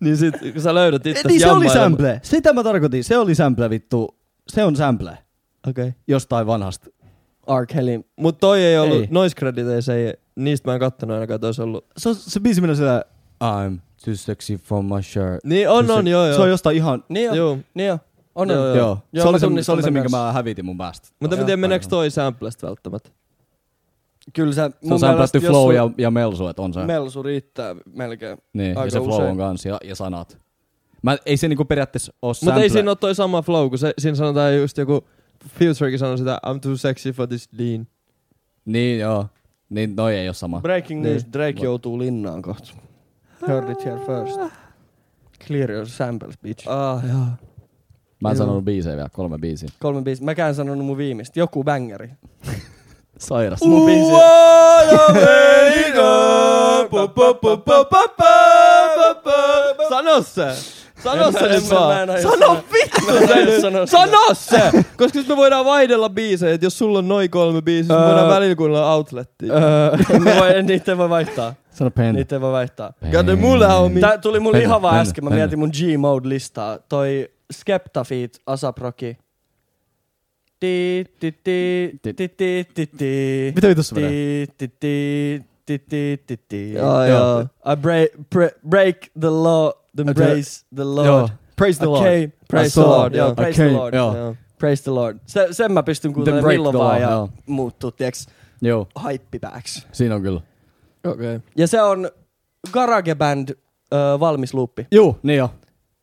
S1: niin sit kun sä löydät itse
S3: Niin se oli sample. Sitä mä tarkoitin. Se oli sample vittu. Se on sample.
S1: Okei. Okay.
S3: Jostain vanhasta.
S5: R. Kelly.
S1: Mut toi ei ollut,
S3: Ei.
S1: noise crediteissä ei, niistä mä en kattonut ainakaan, että olisi ollut.
S3: Se, on, se biisi mennä sillä I'm too sexy for my shirt.
S1: Niin on,
S3: se,
S1: on, joo joo.
S3: Se on jostain ihan...
S5: Niin jo,
S1: Joo.
S5: niin jo. On
S1: Joo,
S5: on.
S1: joo.
S3: Joo. joo.
S5: Joo,
S3: Se,
S5: mä
S3: oli se, se
S5: tunnistan
S3: oli se,
S5: tän
S3: minkä
S5: kanssa.
S3: mä hävitin mun päästä.
S1: Mutta mä
S5: Joo.
S1: tiedän, meneekö toi samplesta välttämättä.
S5: Kyllä se,
S3: Se on samplattu flow ja, ja melsu, että on se.
S5: Melsu riittää melkein.
S3: niin,
S5: aika
S3: ja se flow
S5: usein.
S3: on kans ja, ja sanat. Mä, ei se niinku periaatteessa oo sample.
S1: Mutta ei siinä ole toi sama flow, kun se, siinä sanotaan just joku... Futurekin sanoi sitä, I'm too sexy for this lean.
S3: Niin joo. Niin noi ei oo sama.
S5: Breaking news,
S1: Niin.
S5: Drake joutuu linnaan kohta. Heard it here first. Clear your samples, bitch.
S1: Ah, joo.
S3: Mä en
S1: Joo.
S3: sanonut biisejä vielä, kolme biisiä.
S5: Kolme biisi. Mäkään en sanonut mun viimeistä. Joku bängeri.
S3: Sairas.
S5: Mun biisi. Oh,
S1: Sano se! Sano se nyt vaan!
S5: Sano vittu!
S1: Sano se! Koska sit me voidaan vaihdella biisejä, et jos sulla on noin kolme biisiä, sit me
S5: Öö.
S1: *laughs* voidaan välillä kuunnella outlettia.
S5: Öö, en mä voi, en niitä voi vaihtaa.
S3: Sano pen.
S5: Niitä ei voi vaihtaa.
S1: Kade mulla on mi-
S5: Tää tuli mun
S3: Mennä,
S5: lihavaa
S3: mennä,
S5: äsken, mä
S3: mennä.
S5: mietin mun G-mode-listaa. Toi Skepta feat, Asap Rocky. Ti, ti, ti, ti, ti, ti, ti.
S3: Mitä vitussa menee?
S5: Ti, ti, ti, ti, ti, ti, ti.
S1: Joo, joo.
S5: I break, bre- break the law, the
S3: Okei.
S5: praise the
S3: Joo.
S5: Lord.
S1: Praise the Lord.
S5: Okay, praise the
S1: saw,
S5: Lord. Joo,
S1: joo.
S5: praise the
S3: Okei,
S5: Lord.
S3: joo.
S1: Joo.
S5: Praise the Lord. Se, sen mä pystyn kuuntelemaan
S3: break
S5: milloin
S3: the
S5: vaan
S3: law,
S5: ja
S3: joo.
S5: muuttuu, tiiäks,
S3: Joo,
S5: haippipääksi.
S3: siinä on kyllä.
S1: Okei. Okay.
S5: Ja se on GarageBand ö, valmis luuppi.
S3: Juu, niin joo.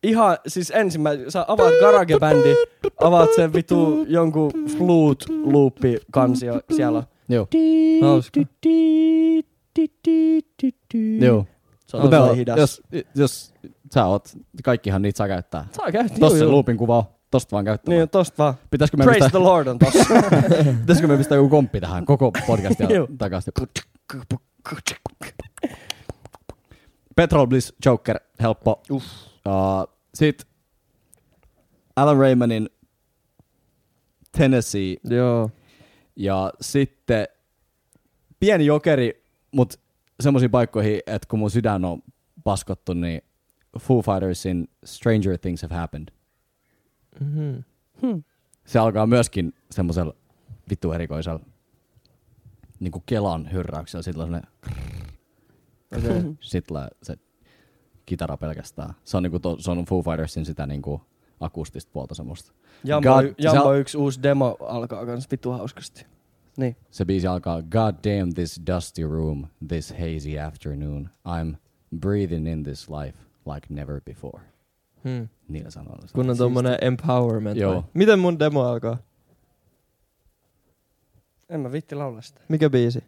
S5: Ihan, siis ensimmäinen, sä avaat GarageBandi, avaat sen vitu jonkun flute luuppi kansio siellä. on.
S3: Joo.
S1: Hauska.
S3: Joo.
S5: Se on tosi hidas.
S3: jos, jos sä oot, kaikkihan niitä saa käyttää.
S5: Saa käyttää.
S3: Tossa
S5: juu,
S3: se
S5: juu.
S3: loopin kuva on. Tosta vaan käyttää.
S5: Niin, tosta vaan.
S3: Pitäisikö me
S5: Praise
S3: pistää,
S5: the Lord
S3: *laughs*
S5: on tossa.
S3: pitäisikö me pistää joku komppi tähän koko podcastia
S5: Joo.
S3: takaisin? Petrol Bliss Joker, helppo. Uh, Sitten Alan Raymanin Tennessee
S1: Joo.
S3: ja sitten pieni jokeri, mutta semmoisiin paikkoihin, että kun mun sydän on paskottu, niin Foo Fightersin Stranger Things Have Happened.
S1: Mm-hmm.
S3: Se alkaa myöskin semmoisella vittu erikoisella niin kuin Kelan hyrräyksellä. Sitten on
S1: Okay.
S3: *laughs* sitten se kitara pelkästään. Se on, niinku to, se on Foo Fightersin sitä niinku akustista puolta semmoista.
S5: Jambo,
S3: God-
S5: Jambo
S3: sä-
S5: yksi uusi demo alkaa kans vitu hauskasti. Niin.
S3: Se biisi alkaa God damn this dusty room, this hazy afternoon. I'm breathing in this life like never before.
S1: Hmm.
S3: Niillä sanoilla. se-
S5: Siis
S1: Kun on tommonen empowerment.
S3: Joo.
S1: Joo. Miten mun demo alkaa?
S5: En mä vitti laulaa sitä.
S1: Mikä biisi?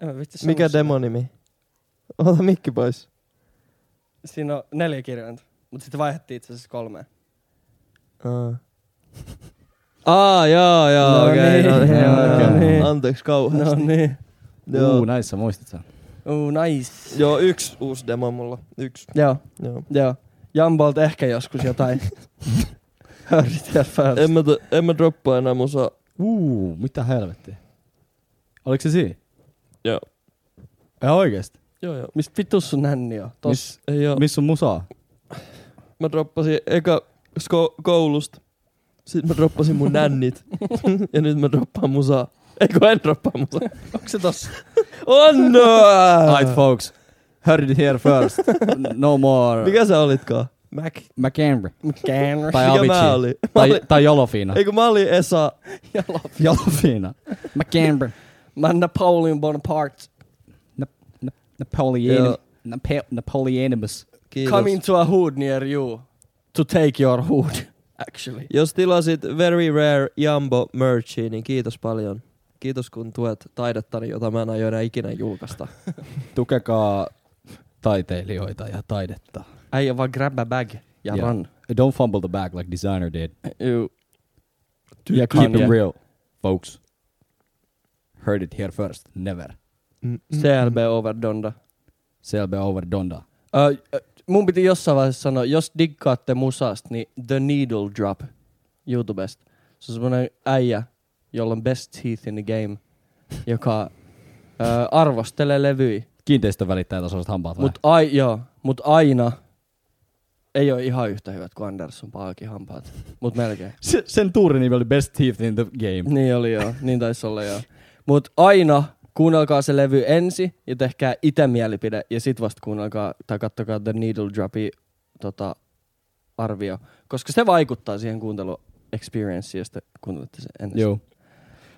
S5: En mä vitti sanoa
S1: Mikä
S5: sitä.
S1: demonimi? Ota mikki pois.
S5: Siinä on neljä kirjainta, mutta sitten vaihdettiin itse asiassa kolmeen.
S1: Aa. Aa, joo, joo,
S5: No
S1: okei.
S5: niin,
S1: No niin,
S3: no
S1: joo, joo.
S5: niin.
S1: Anteeksi kauheasti.
S5: niin.
S1: Joo.
S3: Uu, näissä muistit sen.
S5: Uu, nice.
S1: Joo, yksi uusi demo mulla. Yksi.
S5: Joo,
S1: Joo.
S5: joo. Jambolta ehkä
S3: *laughs*
S5: joskus jotain. Heard it here first.
S1: En mä, t- en mä droppaa enää musaa.
S3: Uu, mitä helvettiä. Oliko se siinä?
S1: Joo.
S3: Ja oikeesti.
S1: Joo, joo.
S5: Mistä vitus sun nänni on? Tos.
S3: Miss,
S1: Ei joo.
S3: missä on musaa?
S1: Mä droppasin eka sko- koulusta. Sitten mä droppasin mun nännit. ja nyt mä droppaan musaa. Eikö en droppaa musaa?
S5: Onko se tossa? *laughs*
S1: On!
S3: Right folks, heard it here *laughs* first. No more.
S1: Mikä sä olitkaan?
S5: Mac.
S3: McCambry.
S5: McCann.
S3: Tai
S1: Mikä mä
S3: Avicii.
S1: olin? Mä
S3: Tai,
S1: olin
S3: tai Jolofina.
S1: Eikö mä olin Esa?
S3: Jolofina. McCambry.
S5: Mä oon Napoleon Bonaparte.
S3: Napoleon.
S1: Joo.
S3: Nape- Napoleonimus.
S1: Kiitos.
S5: Coming to a hood near you. To take your hood. Actually.
S1: Jos tilasit Very Rare Jumbo merchia, niin kiitos paljon. Kiitos kun tuet taidettani, jota mä en aio enää ikinä julkaista.
S3: Tukekaa taiteilijoita ja taidetta.
S5: Äijä vaan grab a bag ja
S3: Joo.
S5: run.
S3: Don't fumble the bag like designer did.
S5: Juu.
S3: yeah,
S5: Kanye.
S3: keep it real, folks. Heard it here first. Never.
S5: CLB overdonda.
S3: CLB over Donda.
S5: Ö, ö, mun piti jossain vaiheessa sanoa, jos diggaatte musasta, niin The Needle Drop YouTubesta. Se on semmonen äijä, jolla on best teeth in the game, joka ö, arvostelee levyjä.
S3: Kiinteistön välittäjät osaavat hampaat vai?
S5: Mut, ai, joo, mut aina ei ole ihan yhtä hyvät kuin Andersson Paakin hampaat, mut melkein.
S3: Se, sen tuurin nimi oli Best Thief in the Game.
S5: Niin oli joo, niin taisi olla joo. Mut aina kuunnelkaa se levy ensi ja tehkää itse mielipide ja sit vasta kuunnelkaa tai kattokaa The Needle Dropi tota, arvio. Koska se vaikuttaa siihen kuuntelu experience, jos te kuuntelette sen ensin.
S3: Joo.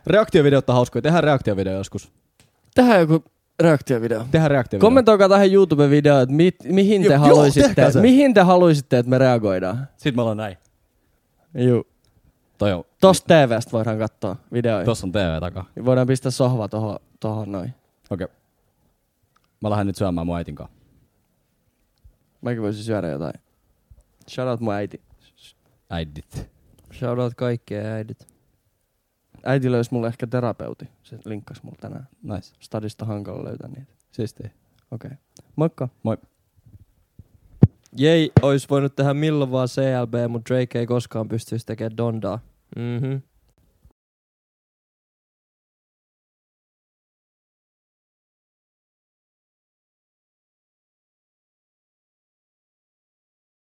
S3: Reaktiovideot on hauskoja. Tehdään reaktiovideo joskus.
S5: Tähän joku reaktiovideo.
S3: Tehdään reaktiovideo.
S5: Kommentoikaa tähän YouTube-videoon, että mi- mihin, te
S3: Joo, joo,
S5: haluaisitte,
S3: tehkää se.
S5: mihin te haluaisitte, että me reagoidaan.
S3: Sitten me ollaan näin.
S5: Juu.
S3: Toi on.
S5: Tosta TVstä voidaan katsoa videoja.
S3: Tossa on TV takaa.
S5: Voidaan pistää sohva tohon, tohon noin.
S3: Okei. Okay. Mä lähden nyt syömään mun äitin kanssa.
S5: Mäkin voisin syödä jotain. Shout out mun äiti.
S3: Äidit.
S1: Shoutout kaikkia äidit.
S5: Äiti löysi mulle ehkä terapeuti. Se linkkasi mulle tänään.
S3: Nice.
S5: Stadista hankala löytää niitä.
S3: Siistiä.
S5: Okei. Okay. Moikka.
S1: Jei ois voinut tehdä milloin vaan CLB, mutta Drake ei koskaan pystyisi tekemään Dondaa. Mhm.